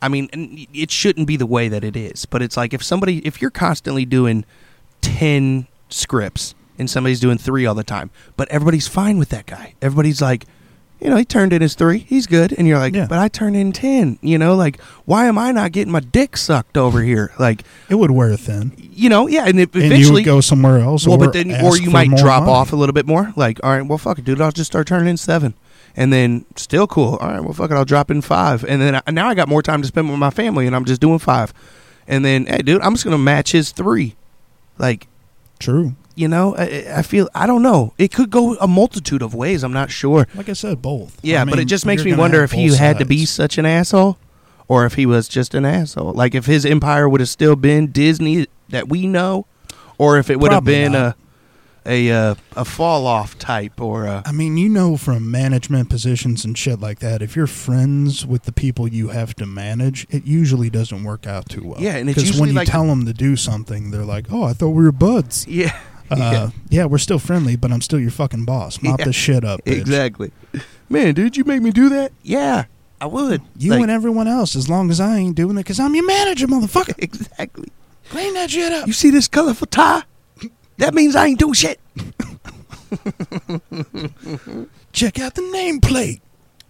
Speaker 1: I mean, and it shouldn't be the way that it is, but it's like if somebody, if you're constantly doing 10 scripts and somebody's doing three all the time, but everybody's fine with that guy. Everybody's like, you know, he turned in his three, he's good. And you're like,
Speaker 2: Yeah.
Speaker 1: but I turned in 10, you know, like, why am I not getting my dick sucked over here? Like,
Speaker 2: It would wear thin,
Speaker 1: you know, yeah. And, it,
Speaker 2: and you
Speaker 1: eventually,
Speaker 2: would go somewhere else.
Speaker 1: well,
Speaker 2: or
Speaker 1: but then, or
Speaker 2: ask
Speaker 1: you
Speaker 2: for
Speaker 1: might
Speaker 2: more
Speaker 1: drop
Speaker 2: money.
Speaker 1: off a little bit more. Like, all right, well, fuck it, dude. I'll just start turning in seven, and then still cool. All right, well, fuck it. I'll drop in five, and then I, now I got more time to spend with my family, and I'm just doing five. And then, hey, dude, I'm just gonna match his three. Like,
Speaker 2: True.
Speaker 1: you know, I, I feel I don't know. It could go a multitude of ways. I'm not sure.
Speaker 2: Like I said, both.
Speaker 1: Yeah,
Speaker 2: I
Speaker 1: but it
Speaker 2: mean,
Speaker 1: just makes
Speaker 2: you're
Speaker 1: me
Speaker 2: gonna
Speaker 1: wonder
Speaker 2: have
Speaker 1: if he
Speaker 2: both
Speaker 1: had to be
Speaker 2: sides.
Speaker 1: such an asshole or if he was just an asshole. Like if his empire would have still been Disney that we know or if it would have
Speaker 2: Probably
Speaker 1: been a
Speaker 2: not.
Speaker 1: a uh, a fall off type or a
Speaker 2: I mean, you know, from management positions and shit like that, if you're friends with the people you have to manage, it usually doesn't work out too well.
Speaker 1: Yeah, and it's
Speaker 2: because
Speaker 1: usually
Speaker 2: when you
Speaker 1: like-
Speaker 2: tell them to do something, they're like, "Oh, I thought we were buds."
Speaker 1: yeah.
Speaker 2: Uh, yeah, we're still friendly, but I'm still your fucking boss. Mop
Speaker 1: Yeah.
Speaker 2: the shit up, bitch.
Speaker 1: exactly. Man, dude, you make me do that? Yeah, I would.
Speaker 2: You
Speaker 1: Like,
Speaker 2: and everyone else, as long as I ain't doing it, because I'm your manager, motherfucker.
Speaker 1: exactly.
Speaker 2: Clean that shit up.
Speaker 1: You see this colorful tie? That means I ain't doing shit.
Speaker 2: Check out the nameplate.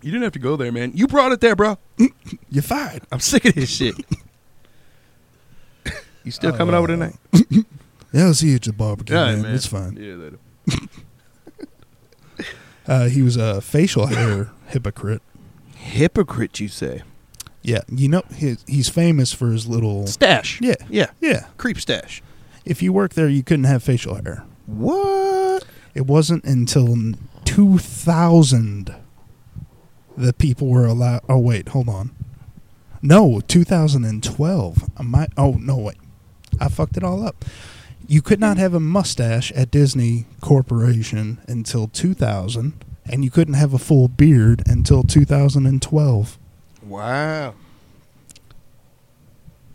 Speaker 1: You didn't have to go there, man. You brought it there, bro.
Speaker 2: You're fired.
Speaker 1: I'm sick of this shit. you still coming over tonight?
Speaker 2: Yeah, I'll see you at the barbecue,
Speaker 1: Yeah,
Speaker 2: man.
Speaker 1: man.
Speaker 2: It's fine.
Speaker 1: Yeah, later.
Speaker 2: Uh, he was a facial hair hypocrite.
Speaker 1: Hypocrite, you say?
Speaker 2: Yeah, you know, his, he's famous for his little.
Speaker 1: Stash.
Speaker 2: Yeah.
Speaker 1: Yeah.
Speaker 2: Yeah.
Speaker 1: Creep stash.
Speaker 2: If you work there, you couldn't have facial hair.
Speaker 1: What?
Speaker 2: It wasn't until 2000 that people were allowed. Oh, wait, hold on. No, 2012. I might, oh, no, wait. I fucked it all up. You could not have a mustache at Disney Corporation until 2000, and you couldn't have a full beard until 2012.
Speaker 1: Wow.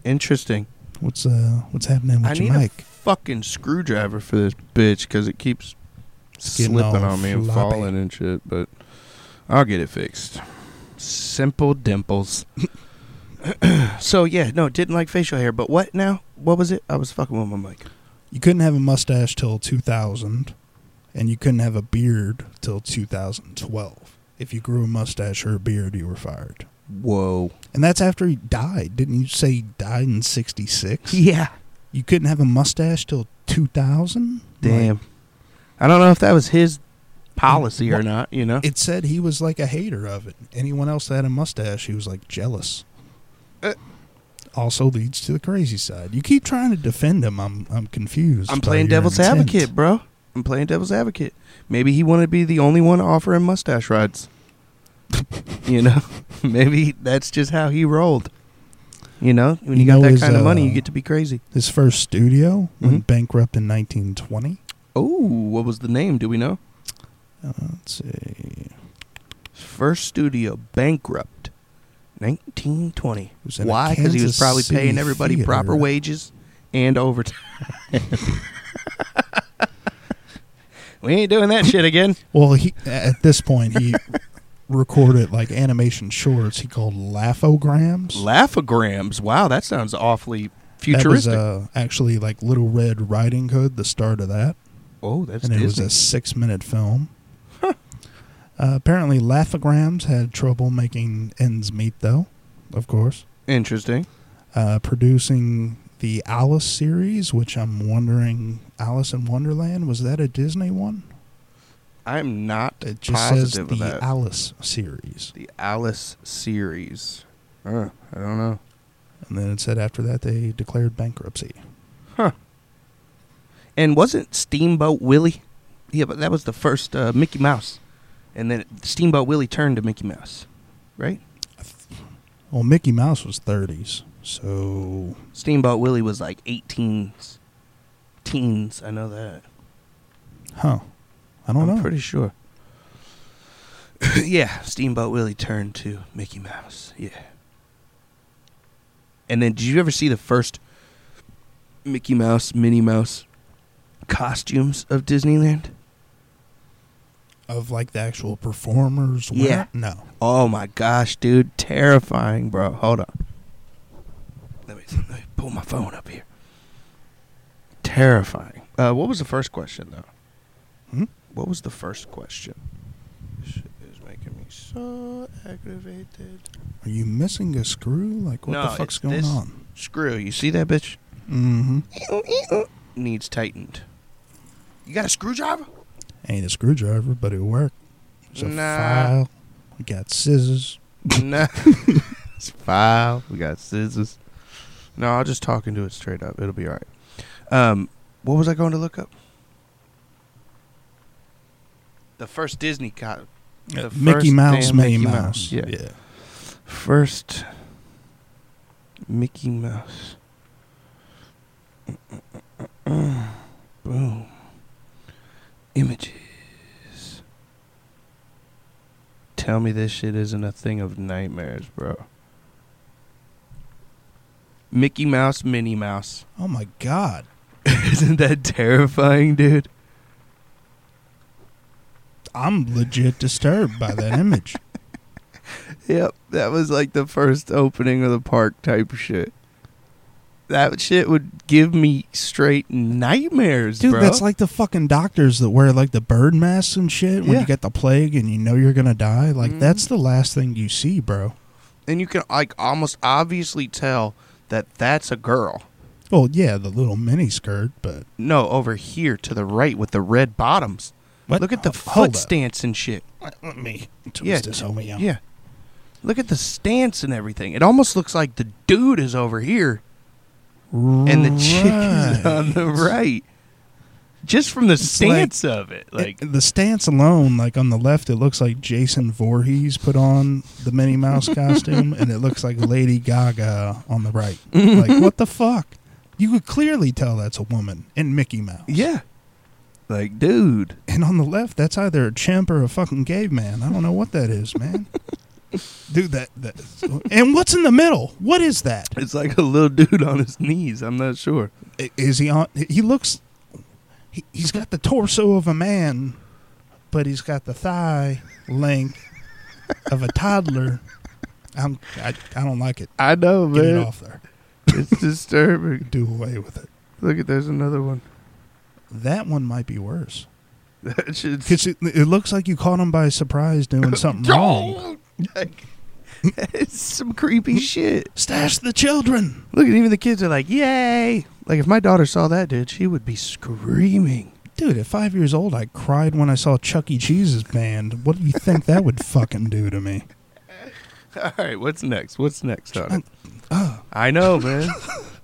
Speaker 1: Interesting.
Speaker 2: What's uh, what's happening with
Speaker 1: I
Speaker 2: your
Speaker 1: need
Speaker 2: mic?
Speaker 1: a fucking screwdriver for this bitch because it keeps
Speaker 2: getting
Speaker 1: slipping
Speaker 2: all
Speaker 1: on me and
Speaker 2: floppy.
Speaker 1: falling and shit. But I'll get it fixed. Simple dimples. so yeah, no, didn't like facial hair, but what now? What was it? I was fucking with my mic.
Speaker 2: you couldn't have a mustache till 2000 and you couldn't have a beard till 2012 if you grew a mustache or a beard you were fired
Speaker 1: Whoa.
Speaker 2: and that's after he died didn't you say he died in 66
Speaker 1: Yeah.
Speaker 2: you couldn't have a mustache till 2000
Speaker 1: Damn. I don't know if that was his policy or not, you know?
Speaker 2: it said he was like a hater of it anyone else that had a mustache he was like jealous
Speaker 1: Uh.
Speaker 2: also leads to the crazy side you keep trying to defend him i'm i'm confused
Speaker 1: I'm
Speaker 2: by
Speaker 1: playing
Speaker 2: your
Speaker 1: devil's
Speaker 2: intent.
Speaker 1: advocate, bro. I'm playing devil's advocate. Maybe he wanted to be the only one offering mustache rides. you know? Maybe that's just how he rolled. You know? When you,
Speaker 2: You
Speaker 1: got
Speaker 2: know
Speaker 1: that
Speaker 2: his,
Speaker 1: kind of money,
Speaker 2: uh,
Speaker 1: you get to be crazy.
Speaker 2: his first studio went
Speaker 1: Mhm.
Speaker 2: bankrupt in 1920
Speaker 1: Oh, what was the name? Do we know?
Speaker 2: Uh, let's see.
Speaker 1: First studio bankrupt, 1920.
Speaker 2: It was in a
Speaker 1: Why? Because he was
Speaker 2: Kansas
Speaker 1: probably
Speaker 2: City
Speaker 1: paying everybody proper
Speaker 2: theater.
Speaker 1: wages and overtime. we ain't doing that shit again.
Speaker 2: Well, he at this point he recorded like animation shorts. He called laughograms.
Speaker 1: Laughograms. Wow, that sounds awfully futuristic.
Speaker 2: That was uh, actually like Little Red Riding Hood, the start of that,
Speaker 1: oh, that's
Speaker 2: and it was
Speaker 1: Disney.
Speaker 2: a six-minute film. Uh, apparently, laughograms had trouble making ends meet, though. Of course,
Speaker 1: Interesting.
Speaker 2: uh, producing the Alice series, which I'm wondering, Alice in Wonderland was that a Disney one?
Speaker 1: I'm not
Speaker 2: It just
Speaker 1: positive
Speaker 2: says
Speaker 1: of
Speaker 2: the
Speaker 1: that.
Speaker 2: Alice series,
Speaker 1: the Alice series. Uh, I don't know.
Speaker 2: and then it said after that they declared bankruptcy.
Speaker 1: And wasn't Steamboat Willie? Yeah, but that was the first uh, Mickey Mouse, and then Steamboat Willie turned to Mickey Mouse, right?
Speaker 2: Well, Mickey Mouse was 30s, so
Speaker 1: Steamboat Willie was like 18s, teens. I know that.
Speaker 2: huh? I don't
Speaker 1: I'm
Speaker 2: know.
Speaker 1: pretty sure. yeah, Steamboat Willie turned to Mickey Mouse. Yeah. And then, did you ever see the first Mickey Mouse, Minnie Mouse costumes of Disneyland?
Speaker 2: of like the actual performers.
Speaker 1: Yeah.
Speaker 2: wear- No.
Speaker 1: Oh my gosh, dude. Terrifying, bro. Hold on. Let me, let me pull my phone up here. Terrifying. Uh, what was the first question, though?
Speaker 2: Hmm?
Speaker 1: What was the first question? This shit is making me so aggravated.
Speaker 2: Are you missing a screw? Like what
Speaker 1: No,
Speaker 2: the fuck's
Speaker 1: it's
Speaker 2: going
Speaker 1: this-
Speaker 2: on?
Speaker 1: Screw, you see that bitch?
Speaker 2: Mm-hmm.
Speaker 1: Needs tightened. You got a screwdriver?
Speaker 2: Ain't a screwdriver, but it'll work. There's a
Speaker 1: Nah.
Speaker 2: file. We got scissors. Uh,
Speaker 1: no. it's file. We got scissors. No, I'll just talk into it straight up. It'll be all right. Um, what was I going to look up? The first Disney co- The
Speaker 2: Mickey
Speaker 1: first
Speaker 2: Mouse,
Speaker 1: damn
Speaker 2: Minnie
Speaker 1: Mickey Mouse,
Speaker 2: Mouse.
Speaker 1: yeah.
Speaker 2: yeah.
Speaker 1: first Mickey Mouse. Boom. Images. Tell me this shit isn't a thing of nightmares, bro. Mickey Mouse, Minnie Mouse.
Speaker 2: Oh my God.
Speaker 1: isn't that terrifying, dude?
Speaker 2: I'm legit disturbed by that image.
Speaker 1: Yep, that was like the first opening of the park type shit. That shit would give me straight nightmares,
Speaker 2: Dude,
Speaker 1: bro.
Speaker 2: that's like the fucking doctors that wear like the bird masks and shit when
Speaker 1: Yeah.
Speaker 2: you get the plague and you know you're gonna die. Like
Speaker 1: Mhm.
Speaker 2: that's the last thing you see, bro.
Speaker 1: and you can like almost obviously tell that that's a girl.
Speaker 2: Well, yeah, the little mini skirt, but
Speaker 1: No, over here to the right with the red bottoms.
Speaker 2: What?
Speaker 1: Look at the
Speaker 2: Oh,
Speaker 1: foot
Speaker 2: hold up.
Speaker 1: stance and shit.
Speaker 2: let, let me twist
Speaker 1: Yeah,
Speaker 2: this homie out.
Speaker 1: Yeah. Look at the stance and everything. It almost looks like the dude is over here and the chick is on the right. Just from the
Speaker 2: like-
Speaker 1: stance of it. Like
Speaker 2: the stance alone, like on the left, it looks like Jason Voorhees put on the Minnie Mouse costume, and it looks like Lady Gaga on the right. like what the fuck? You could clearly tell that's a woman in Mickey Mouse.
Speaker 1: Yeah. Like, dude.
Speaker 2: And on the left, that's either a chimp or a fucking gay man. I don't know what that is, man. Dude, that, that and what's in the middle? What is that?
Speaker 1: It's like a little dude on his knees. I'm not sure.
Speaker 2: I- Is he on? He looks. He, he's got the torso of a man, but he's got the thigh length of a toddler. I'm. I, I don't like it.
Speaker 1: I know,
Speaker 2: Get it off there.
Speaker 1: It's disturbing.
Speaker 2: Do away with it.
Speaker 1: Look at there's another one.
Speaker 2: That one might be worse
Speaker 1: That
Speaker 2: because it, it looks like you caught him by surprise doing something wrong.
Speaker 1: Like, it's some creepy shit.
Speaker 2: Stash the children.
Speaker 1: Look at even the kids are like, yay. Like if my daughter saw that dude, she would be screaming.
Speaker 2: Dude, at five years old, I cried when I saw Chuck E. Cheese's band. What do you think that would fucking do to me?
Speaker 1: All right, what's next? What's next, Hunter?
Speaker 2: Oh,
Speaker 1: I know, man.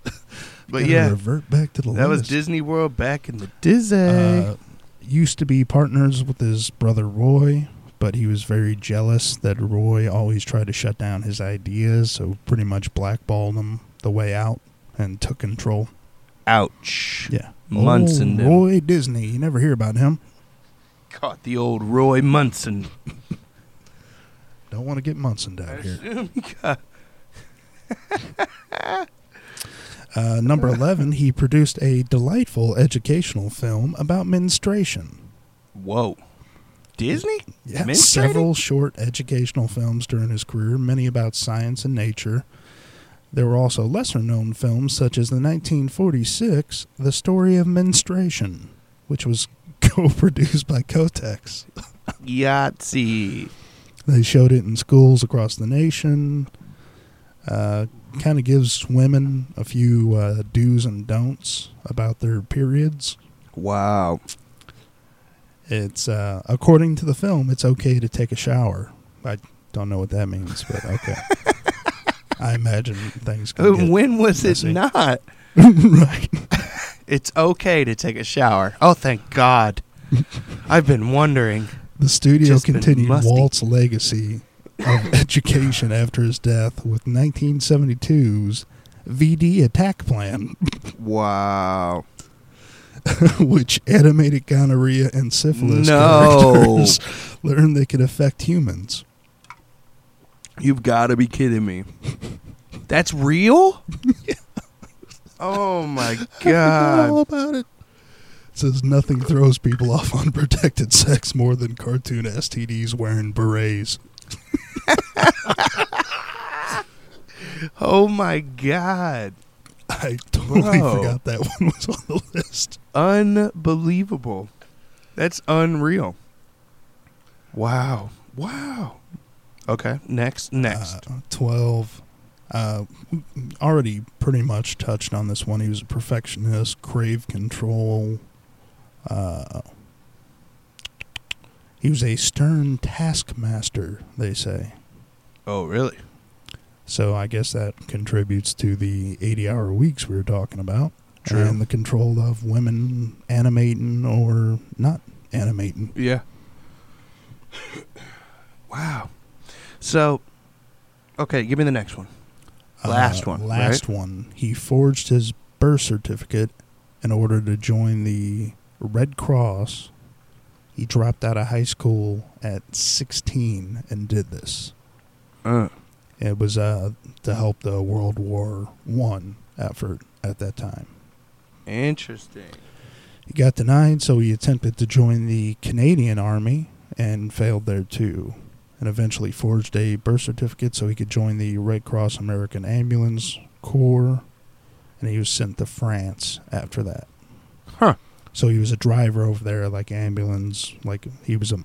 Speaker 1: but
Speaker 2: gotta
Speaker 1: yeah,
Speaker 2: revert back to the
Speaker 1: that was
Speaker 2: list.
Speaker 1: Disney World back in the Disney.
Speaker 2: uh, used to be partners with his brother Roy, but he was very jealous that Roy always tried to shut down his ideas, so pretty much blackballed him the way out and took control.
Speaker 1: Ouch.
Speaker 2: Yeah.
Speaker 1: Munson
Speaker 2: Oh,
Speaker 1: did.
Speaker 2: Roy Disney. You never hear about him.
Speaker 1: Caught the old Roy Munson.
Speaker 2: Don't want to get Munson down here. Uh, number 11, he produced a delightful educational film about menstruation.
Speaker 1: Whoa. Disney?
Speaker 2: Yeah,
Speaker 1: Menstruating?
Speaker 2: several short educational films during his career, many about science and nature. There were also lesser known films such as the 1946 The Story of Menstruation, which was co produced by Kotex.
Speaker 1: Yahtzee.
Speaker 2: They showed it in schools across the nation. Uh, kind of gives women a few uh, do's and don'ts about their periods.
Speaker 1: Wow.
Speaker 2: It's uh, according to the film, it's okay to take a shower. I don't know what that means, but okay. I imagine things
Speaker 1: Uh,
Speaker 2: can get
Speaker 1: When was it
Speaker 2: messy.
Speaker 1: not?
Speaker 2: right.
Speaker 1: It's okay to take a shower. Oh, thank God. I've been wondering.
Speaker 2: The studio
Speaker 1: Just been
Speaker 2: continued
Speaker 1: musty.
Speaker 2: Walt's legacy of education after his death with 1972's VD Attack Plan,
Speaker 1: Wow.
Speaker 2: which animated gonorrhea and syphilis
Speaker 1: No.
Speaker 2: characters learned they could affect humans.
Speaker 1: You've got to be kidding me. That's real? Oh my
Speaker 2: forgot all
Speaker 1: god.
Speaker 2: about it. Says nothing throws people off on protected sex more than cartoon STDs wearing berets.
Speaker 1: Oh my god.
Speaker 2: I totally
Speaker 1: Whoa.
Speaker 2: forgot that one was on the list.
Speaker 1: Unbelievable. That's unreal. Wow. Wow. Okay, next, next.
Speaker 2: Uh, Twelve. Uh, we already pretty much touched on this one. He was a perfectionist, crave control. Uh, he was a stern taskmaster. They say.
Speaker 1: oh, really?
Speaker 2: So I guess that contributes to the 80 hour weeks we were talking about.
Speaker 1: True.
Speaker 2: And the control of women animating or not animating.
Speaker 1: Yeah. wow. So, okay, give me the next one. Last one,
Speaker 2: Uh, Last one. He forged his birth certificate in order to join the Red Cross. He dropped out of high school at 16 and did this.
Speaker 1: Uh,
Speaker 2: It was uh, to help the World War One effort at that time.
Speaker 1: interesting.
Speaker 2: He got denied, so he attempted to join the Canadian Army and failed there too. And eventually forged a birth certificate so he could join the Red Cross American Ambulance Corps. And he was sent to France after that.
Speaker 1: Huh.
Speaker 2: So he was a driver over there, like ambulance, like he was a,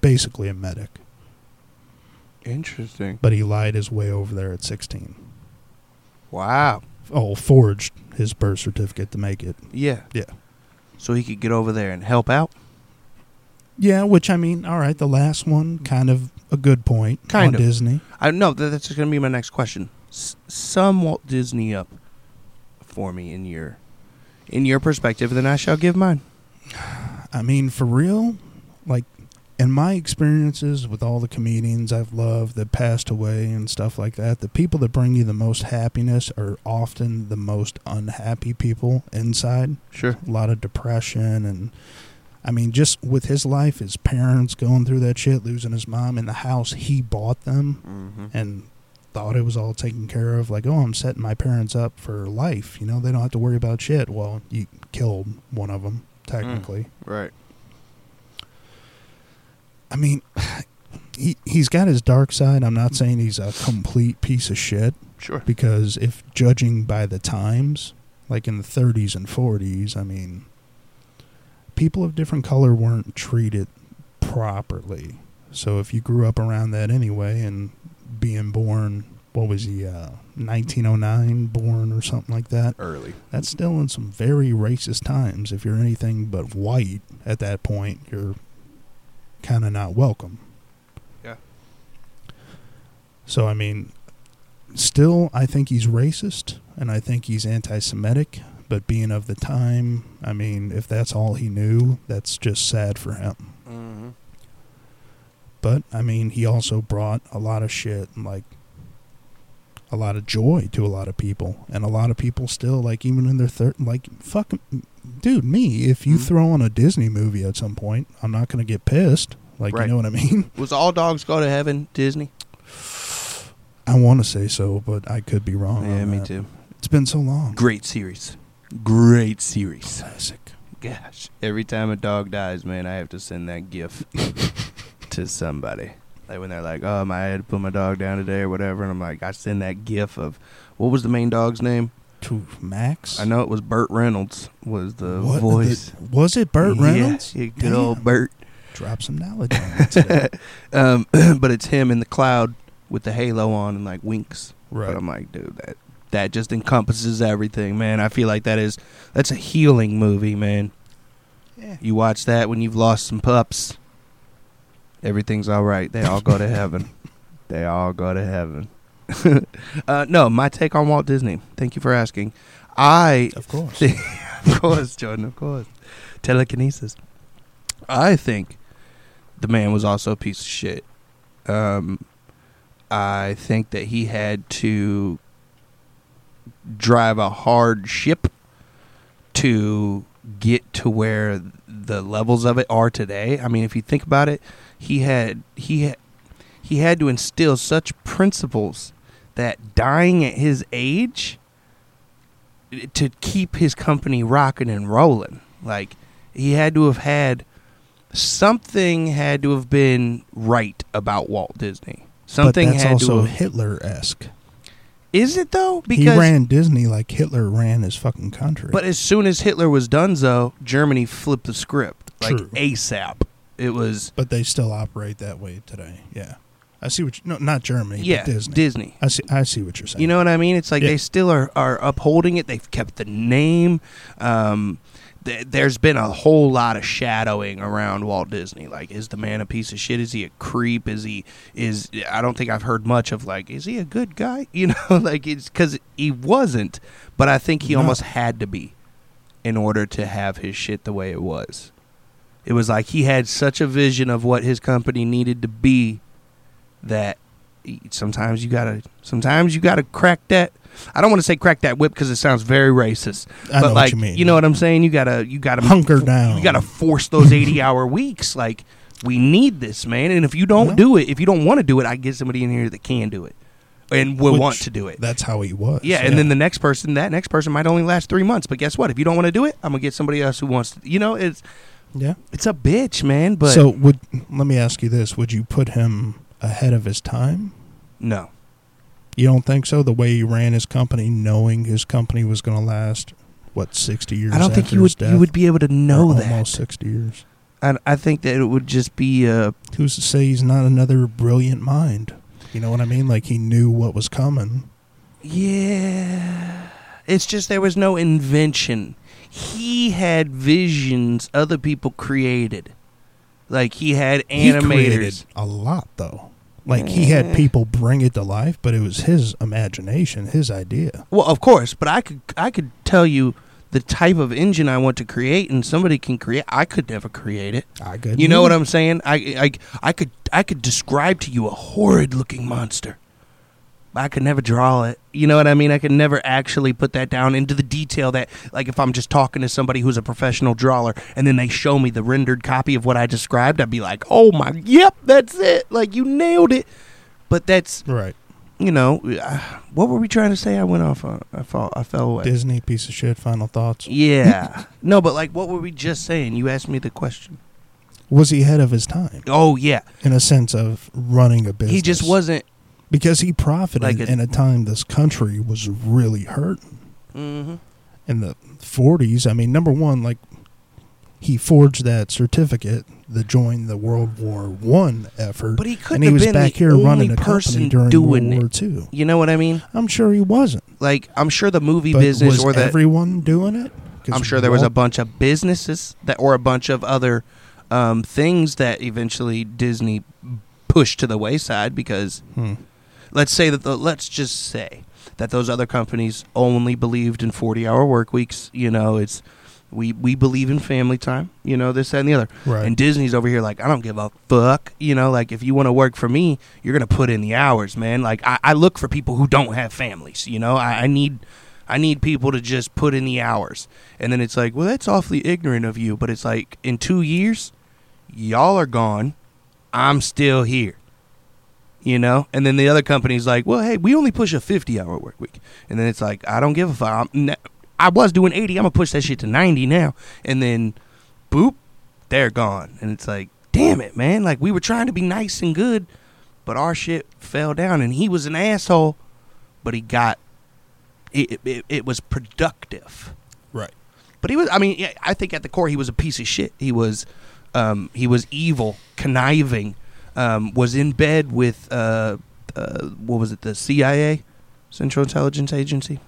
Speaker 2: basically a medic.
Speaker 1: Interesting.
Speaker 2: But he lied his way over there at 16.
Speaker 1: Wow.
Speaker 2: Oh, forged his birth certificate to make it.
Speaker 1: Yeah.
Speaker 2: Yeah.
Speaker 1: So he could get over there and help out?
Speaker 2: Yeah, which I mean, all right, the last one, kind of a good point.
Speaker 1: Kind
Speaker 2: on
Speaker 1: of.
Speaker 2: Disney.
Speaker 1: I no, that, that's going to be my next question. S- sum Walt Disney up for me in your in your perspective, then I shall give mine.
Speaker 2: I mean, for real, like in my experiences with all the comedians I've loved that passed away and stuff like that, the people that bring you the most happiness are often the most unhappy people inside.
Speaker 1: Sure.
Speaker 2: A lot of depression and I mean, just with his life, his parents going through that shit, losing his mom in the house he bought them
Speaker 1: Mm-hmm.
Speaker 2: and thought it was all taken care of. Like, oh, I'm setting my parents up for life. You know, they don't have to worry about shit. Well, you killed one of them, technically.
Speaker 1: Right.
Speaker 2: I mean, he he's got his dark side. I'm not saying he's a complete piece of shit
Speaker 1: Sure.
Speaker 2: because if judging by the times, like in the 30s and 40s, I mean, people of different color weren't treated properly. So if you grew up around that anyway and being born, what was he, uh, 1909 born or something like that,
Speaker 1: Early.
Speaker 2: that's still in some very racist times. If you're anything but white at that point, you're kind of not welcome.
Speaker 1: Yeah.
Speaker 2: So, I mean, still, I think he's racist and I think he's anti Semitic, but being of the time, I mean, if that's all he knew, that's just sad for him.
Speaker 1: Mm-hmm.
Speaker 2: But I mean, he also brought a lot of shit, like a lot of joy to a lot of people, and a lot of people still like even in their third like fuck, dude, me. If you
Speaker 1: Mhm.
Speaker 2: throw on a Disney movie at some point, I'm not gonna get pissed. Like
Speaker 1: Right.
Speaker 2: you know what I mean?
Speaker 1: Was all dogs go to heaven? Disney.
Speaker 2: I want to say so, but I could be wrong.
Speaker 1: yeah,
Speaker 2: on
Speaker 1: me
Speaker 2: that.
Speaker 1: too.
Speaker 2: It's been so long.
Speaker 1: Oh, Great series. Great series.
Speaker 2: Classic.
Speaker 1: Gosh, every time a dog dies, man, I have to send that gif to somebody. Like when they're like, "Um, I had to put my dog down today or whatever," and I'm like, I send that gif of what was the main dog's name?
Speaker 2: To Max.
Speaker 1: I know it was Burt Reynolds was the
Speaker 2: What
Speaker 1: voice.
Speaker 2: the- was it Burt
Speaker 1: Yeah,
Speaker 2: Reynolds?
Speaker 1: yeah, good
Speaker 2: Damn.
Speaker 1: old Burt.
Speaker 2: Drop some knowledge on me today.
Speaker 1: um, but it's him in the cloud with the halo on and like winks.
Speaker 2: right.
Speaker 1: But um, I'm like, dude, that that just encompasses everything, man. I feel like that is that's a healing movie, man.
Speaker 2: yeah.
Speaker 1: You watch that when you've lost some pups. Everything's all right. They all go to heaven. They all go to heaven. uh, no, my take on Walt Disney. Thank you for asking. I,
Speaker 2: Of course.
Speaker 1: Think- of course, Jordan, of course. Telekinesis. I think the man was also a piece of shit. Um, I think that he had to drive a hard ship to get to where the levels of it are today. I mean, if you think about it, he had he had, he had to instill such principles that dying at his age to keep his company rocking and rolling. Like he had to have had something had to have been right about Walt Disney. Something
Speaker 2: but that's
Speaker 1: had to
Speaker 2: also
Speaker 1: have
Speaker 2: Hitler esque.
Speaker 1: is it though?
Speaker 2: He
Speaker 1: Because
Speaker 2: ran Disney like Hitler ran his fucking country.
Speaker 1: but as soon as Hitler was done, though, Germany flipped the script like
Speaker 2: True.
Speaker 1: ASAP. It was
Speaker 2: but they still operate that way today. Yeah, I see what. You, no, not Germany.
Speaker 1: yeah
Speaker 2: but Disney.
Speaker 1: Disney.
Speaker 2: I see. I see what you're saying.
Speaker 1: You know what I mean? It's like
Speaker 2: Yeah.
Speaker 1: they still are, are upholding it. They've kept the name. Um, th- there's been a whole lot of shadowing around Walt Disney. Like, is the man a piece of shit? Is he a creep? Is he is? I don't think I've heard much of like, is he a good guy? You know, like it's because he wasn't, but I think he
Speaker 2: No.
Speaker 1: almost had to be in order to have his shit the way it was. It was like he had such a vision of what his company needed to be that sometimes you gotta sometimes you gotta crack that i don't want to say crack that whip because it sounds very racist but
Speaker 2: I know what
Speaker 1: like
Speaker 2: you mean.
Speaker 1: know what i'm saying you gotta you gotta
Speaker 2: Hunker down.
Speaker 1: you gotta force those 80 hour weeks like we need this man and if you don't
Speaker 2: Yeah.
Speaker 1: do it if you don't want to do it i get somebody in here that can do it and will
Speaker 2: Which-
Speaker 1: want to do it
Speaker 2: That's how he was.
Speaker 1: yeah, and then the next person, that next person might only last three months. But guess what? If you don't want to do it, I'm gonna get somebody else who wants to. You know, it's
Speaker 2: yeah.
Speaker 1: it's a bitch, man. But
Speaker 2: so would let me ask you this: Would you put him ahead of his time?
Speaker 1: no,
Speaker 2: You don't think so? The way he ran his company, knowing his company was going to last what sixty years?
Speaker 1: I don't think
Speaker 2: after
Speaker 1: you
Speaker 2: his
Speaker 1: would
Speaker 2: death,
Speaker 1: you would be able to know
Speaker 2: or
Speaker 1: that.
Speaker 2: almost sixty years.
Speaker 1: I, I think that it would just be uh,
Speaker 2: Who's to say he's not another brilliant mind? You know what I mean? Like he knew what was coming.
Speaker 1: yeah it's just there was no invention he had visions other people created like he had
Speaker 2: He created
Speaker 1: animators
Speaker 2: a lot though. Like he had
Speaker 1: Yeah.
Speaker 2: people bring it to life, but it was his imagination, his idea.
Speaker 1: well of course but i could i could tell you the type of engine i want to create and somebody can create i could never create it
Speaker 2: I could
Speaker 1: you know what i'm saying i i, I could i could describe to you a horrid looking monster I could never draw it. You know what I mean? I could never actually put that down into the detail that, like, if I'm just talking to somebody who's a professional drawer and then they show me the rendered copy of what I described, I'd be like, oh my, yep, that's it. Like, you nailed it. But that's,
Speaker 2: Right.
Speaker 1: you know, uh, what were we trying to say? I went off on, I fall, I fell away.
Speaker 2: Disney piece of shit, final thoughts.
Speaker 1: yeah. no, but like, what were we just saying? You asked me the question.
Speaker 2: Was he ahead of his time
Speaker 1: Oh, yeah.
Speaker 2: in a sense of running a business?
Speaker 1: He just wasn't.
Speaker 2: because he profited
Speaker 1: Like a-
Speaker 2: in a time this country was really hurting.
Speaker 1: hmm
Speaker 2: in the 40s. I mean, number one, like he forged that certificate that joined the World War One effort,
Speaker 1: But he couldn't
Speaker 2: and he
Speaker 1: have
Speaker 2: was
Speaker 1: been
Speaker 2: back
Speaker 1: the
Speaker 2: here
Speaker 1: only
Speaker 2: running a
Speaker 1: person
Speaker 2: company during
Speaker 1: doing
Speaker 2: World War
Speaker 1: it.
Speaker 2: Two.
Speaker 1: You know what I mean?
Speaker 2: I'm sure he wasn't.
Speaker 1: Like, I'm sure the movie
Speaker 2: But
Speaker 1: business
Speaker 2: was
Speaker 1: or the.
Speaker 2: everyone doing it? 'Cause
Speaker 1: I'm sure there was a
Speaker 2: Walt-
Speaker 1: bunch of businesses that, or a bunch of other um, things that eventually Disney pushed to the wayside because
Speaker 2: Hmm.
Speaker 1: let's say that the, let's just say that those other companies only believed in 40 hour work weeks. You know, it's We we believe in family time. You know this that, and the other.
Speaker 2: Right.
Speaker 1: And Disney's over here like, I don't give a fuck. You know, like if you want to work for me, you're gonna put in the hours, man. Like I, I look for people who don't have families. You know, I, I need I need people to just put in the hours. And then it's like, well, that's awfully ignorant of you. But it's like in two years, y'all are gone. I'm still here. You know, and then the other company's like, well, hey, we only push a 50 hour work week. And then it's like, I don't give a fuck. I'm ne- I was doing 80. I'm going to push that shit to 90 now. And then, boop, they're gone. And it's like, damn it, man. Like, we were trying to be nice and good, but our shit fell down. And he was an asshole, but he got it, it- it, it was productive.
Speaker 2: Right.
Speaker 1: But he was, I mean, yeah, I think at the core, he was a piece of shit. He was, um, he was evil, conniving, um, was in bed with, uh, uh, what was it, the CIA, Central Intelligence Agency?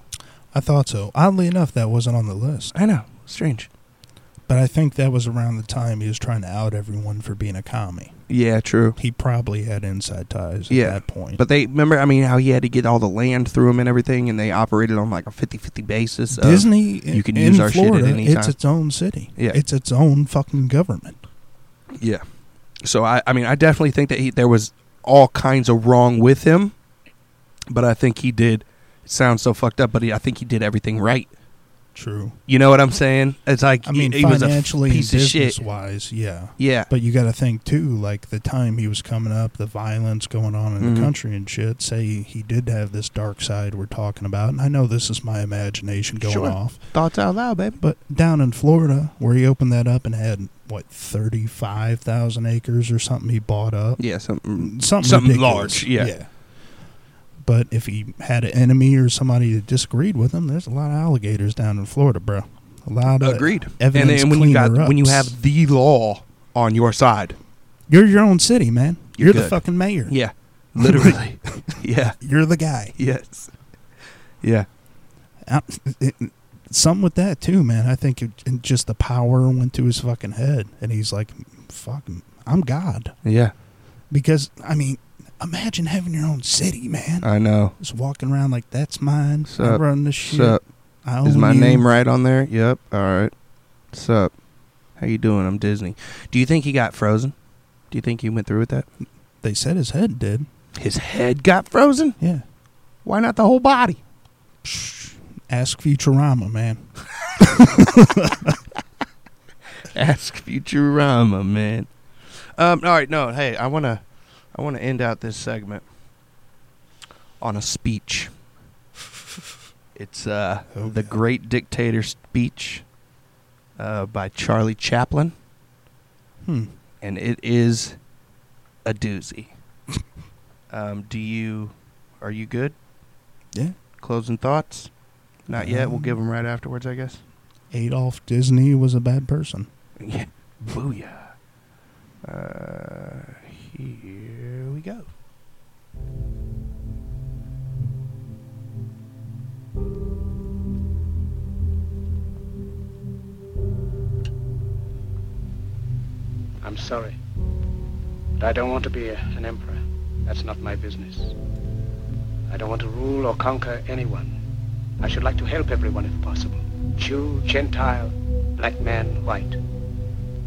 Speaker 2: I thought so. Oddly enough, that wasn't on the list.
Speaker 1: I know, strange.
Speaker 2: But I think that was around the time he was trying to out everyone for being a commie.
Speaker 1: Yeah, true.
Speaker 2: He probably had inside ties at
Speaker 1: Yeah,
Speaker 2: that point.
Speaker 1: But they remember, I mean, how he had to get all the land through him and everything, and they operated on like a 50 50 basis. of-
Speaker 2: Disney
Speaker 1: you can
Speaker 2: in
Speaker 1: use our shit at
Speaker 2: Florida,
Speaker 1: any
Speaker 2: It's
Speaker 1: time.
Speaker 2: its own city.
Speaker 1: Yeah.
Speaker 2: It's its own fucking government.
Speaker 1: Yeah. So I, I mean, I definitely think that he there was all kinds of wrong with him, but I think he did. It sounds so fucked up, but he, I think he did everything right.
Speaker 2: True.
Speaker 1: You know what I'm saying? It's like
Speaker 2: I mean,
Speaker 1: he, he was a f-
Speaker 2: financially and
Speaker 1: piece of shit.
Speaker 2: business wise, yeah.
Speaker 1: Yeah.
Speaker 2: But you got to think too, like the time he was coming up, the violence going on in
Speaker 1: Mhm.
Speaker 2: the country and shit. Say he did have this dark side we're talking about, and I know this is my imagination going
Speaker 1: Sure.
Speaker 2: off.
Speaker 1: Thoughts out loud, baby.
Speaker 2: But down in Florida, where he opened that up and had what thirty five thousand acres or something, he bought up
Speaker 1: Yeah. Something.
Speaker 2: something,
Speaker 1: Something
Speaker 2: ridiculous.
Speaker 1: large, yeah.
Speaker 2: But if he had an enemy or somebody that disagreed with him, there's a lot of alligators down in Florida, bro. A lot of
Speaker 1: Agreed. And,
Speaker 2: Evidence
Speaker 1: then when you got
Speaker 2: cleaner-ups.
Speaker 1: when you have the law on your side.
Speaker 2: You're your own city, man.
Speaker 1: You're
Speaker 2: You're,
Speaker 1: good.
Speaker 2: the fucking mayor.
Speaker 1: Yeah. Literally. yeah.
Speaker 2: You're the guy.
Speaker 1: Yes. Yeah.
Speaker 2: I, it, something with that too, man. I think it, it just the power went to his fucking head, and he's like, "Fucking, I'm God."
Speaker 1: Yeah.
Speaker 2: Because I mean, imagine having your own city, man.
Speaker 1: I know.
Speaker 2: just walking around like that's mine. I
Speaker 1: Uh, Sup,
Speaker 2: run this shit.
Speaker 1: So
Speaker 2: I
Speaker 1: Is
Speaker 2: own
Speaker 1: my
Speaker 2: you."
Speaker 1: name right on there? Yep. All right. Sup? How you doing? I'm Disney. Do you think he got frozen? Do you think he went through with that?
Speaker 2: They said his head did.
Speaker 1: His head got frozen?
Speaker 2: Yeah.
Speaker 1: Why not the whole body?
Speaker 2: Ask Futurama, man.
Speaker 1: Ask Futurama, man. Um, all right, no, hey, I wanna I wanna end out this segment on a speech. It's uh
Speaker 2: Oh,
Speaker 1: The
Speaker 2: yeah.
Speaker 1: Great Dictator Speech uh, by Charlie Chaplin.
Speaker 2: Hmm.
Speaker 1: and it is a doozy. um, do you are you good?
Speaker 2: Yeah.
Speaker 1: Closing thoughts? Not yet. We'll
Speaker 2: Um,
Speaker 1: give them right afterwards, I guess.
Speaker 2: Adolf Disney was a bad person.
Speaker 1: Yeah. Booyah. Uh, here we go.
Speaker 3: I'm sorry, but I don't want to be a- an emperor. That's not my business. I don't want to rule or conquer anyone. I should like to help everyone if possible. Jew, Gentile, black man, white.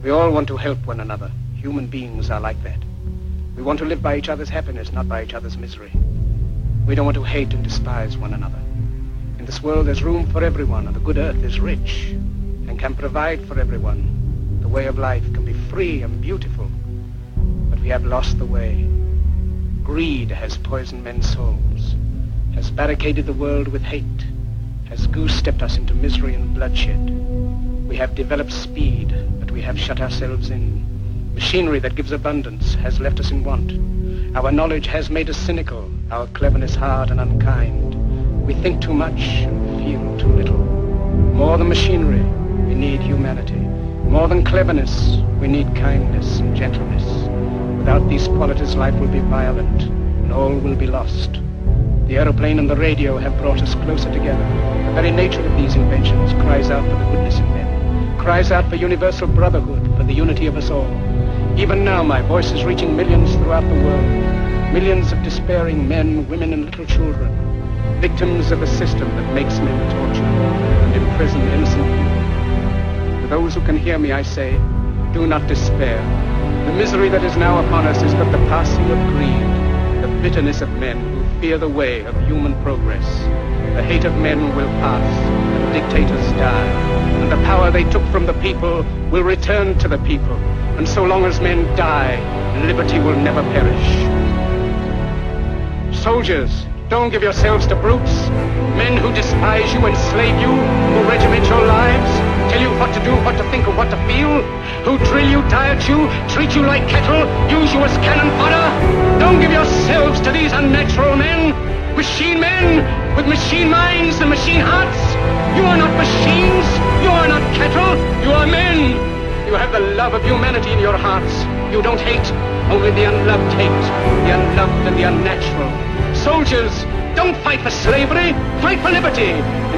Speaker 3: We all want to help one another. Human beings are like that. We want to live by each other's happiness, not by each other's misery. We don't want to hate and despise one another. In this world, there's room for everyone, and the good earth is rich and can provide for everyone. The way of life can be free and beautiful, but we have lost the way. Greed has poisoned men's souls, has barricaded the world with hate, has goose-stepped us into misery and bloodshed. We have developed speed, but we have shut ourselves in. Machinery that gives abundance has left us in want. Our knowledge has made us cynical, our cleverness hard and unkind. We think too much and feel too little. More than machinery, we need humanity. More than cleverness, we need kindness and gentleness. Without these qualities, life will be violent, and all will be lost. The aeroplane and the radio have brought us closer together. The very nature of these inventions cries out for the goodness in them, cries out for universal brotherhood, for the unity of us all. Even now my voice is reaching millions throughout the world, millions of despairing men, women, and little children, victims of a system that makes men torture and imprison innocent people. To those who can hear me, I say, do not despair. The misery that is now upon us is but the passing of greed, the bitterness of men who fear the way of human progress. The hate of men will pass, and dictators die, and the power they took from the people will return to the people. And so long as men die, liberty will never perish. Soldiers, don't give yourselves to brutes. Men who despise you, enslave you, who regiment your lives, tell you what to do, what to think, and what to feel, who drill you, diet you, treat you like cattle, use you as cannon fodder. Don't give yourselves to these unnatural men, machine men with machine minds and machine hearts. You are not machines. You are not cattle. You are men. You have the love of humanity in your hearts. You don't hate. Only the unloved hate. The unloved and the unnatural. Soldiers, don't fight for slavery. Fight for liberty. In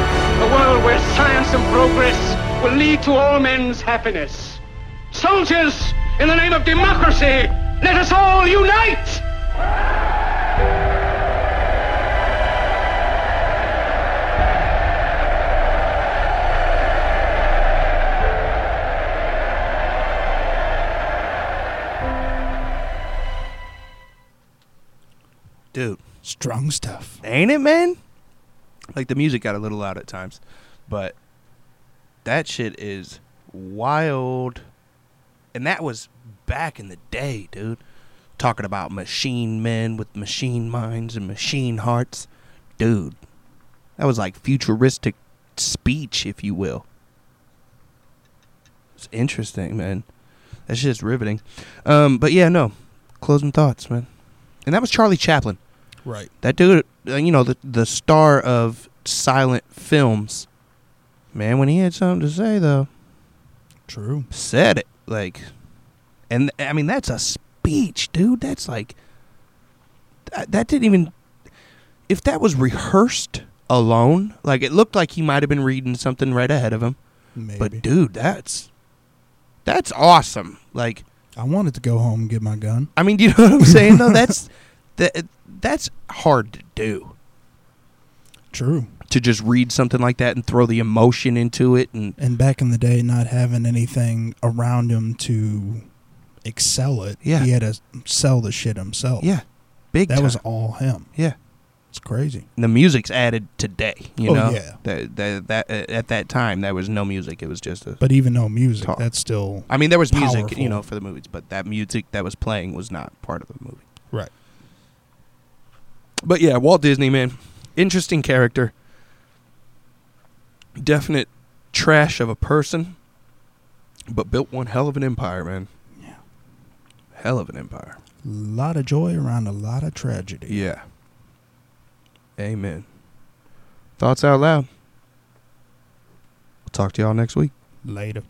Speaker 3: a world where science and progress will lead to all men's happiness. Soldiers, in the name of democracy, let us all unite!
Speaker 1: Dude,
Speaker 2: Strong stuff.
Speaker 1: ain't it, man? Like the music got a little loud at times, but that shit is wild. And that was back in the day, dude. Talking about machine men with machine minds and machine hearts. Dude, that was like futuristic speech, if you will. It's interesting, man. That's just riveting. Um, but yeah, no. Closing thoughts, man. And that was Charlie Chaplin.
Speaker 2: Right.
Speaker 1: That dude, uh, you know, the the star of silent films. Man, when he had something to say though,
Speaker 2: True.
Speaker 1: said it like, and I mean that's a speech, dude. That's like, that, that didn't even. If that was rehearsed alone, like it looked like he might have been reading something right ahead of him.
Speaker 2: Maybe.
Speaker 1: But dude, that's that's awesome. Like
Speaker 2: I wanted to go home and get my gun.
Speaker 1: I mean, do you know what I'm saying? though that's that that's hard to do.
Speaker 2: True.
Speaker 1: to just read something like that and throw the emotion into it and
Speaker 2: And back in the day, not having anything around him to excel it,
Speaker 1: Yeah.
Speaker 2: he had to sell the shit himself.
Speaker 1: yeah big
Speaker 2: That was
Speaker 1: time.
Speaker 2: all him.
Speaker 1: yeah
Speaker 2: It's crazy.
Speaker 1: and the music's added today you
Speaker 2: Oh,
Speaker 1: know
Speaker 2: yeah.
Speaker 1: that, that, that uh, at that time there was no music it was just a
Speaker 2: But even no music,
Speaker 1: Talk.
Speaker 2: that's still
Speaker 1: I mean there was music
Speaker 2: Powerful.
Speaker 1: you know for the movies but that music that was playing was not part of the movie
Speaker 2: right.
Speaker 1: but yeah Walt Disney man interesting character definite trash of a person but built one hell of an empire man
Speaker 2: Yeah.
Speaker 1: hell of an empire
Speaker 2: A lot of joy around a lot of tragedy.
Speaker 1: Yeah. Amen. Thoughts out loud. I'll talk to y'all next week.
Speaker 2: Later.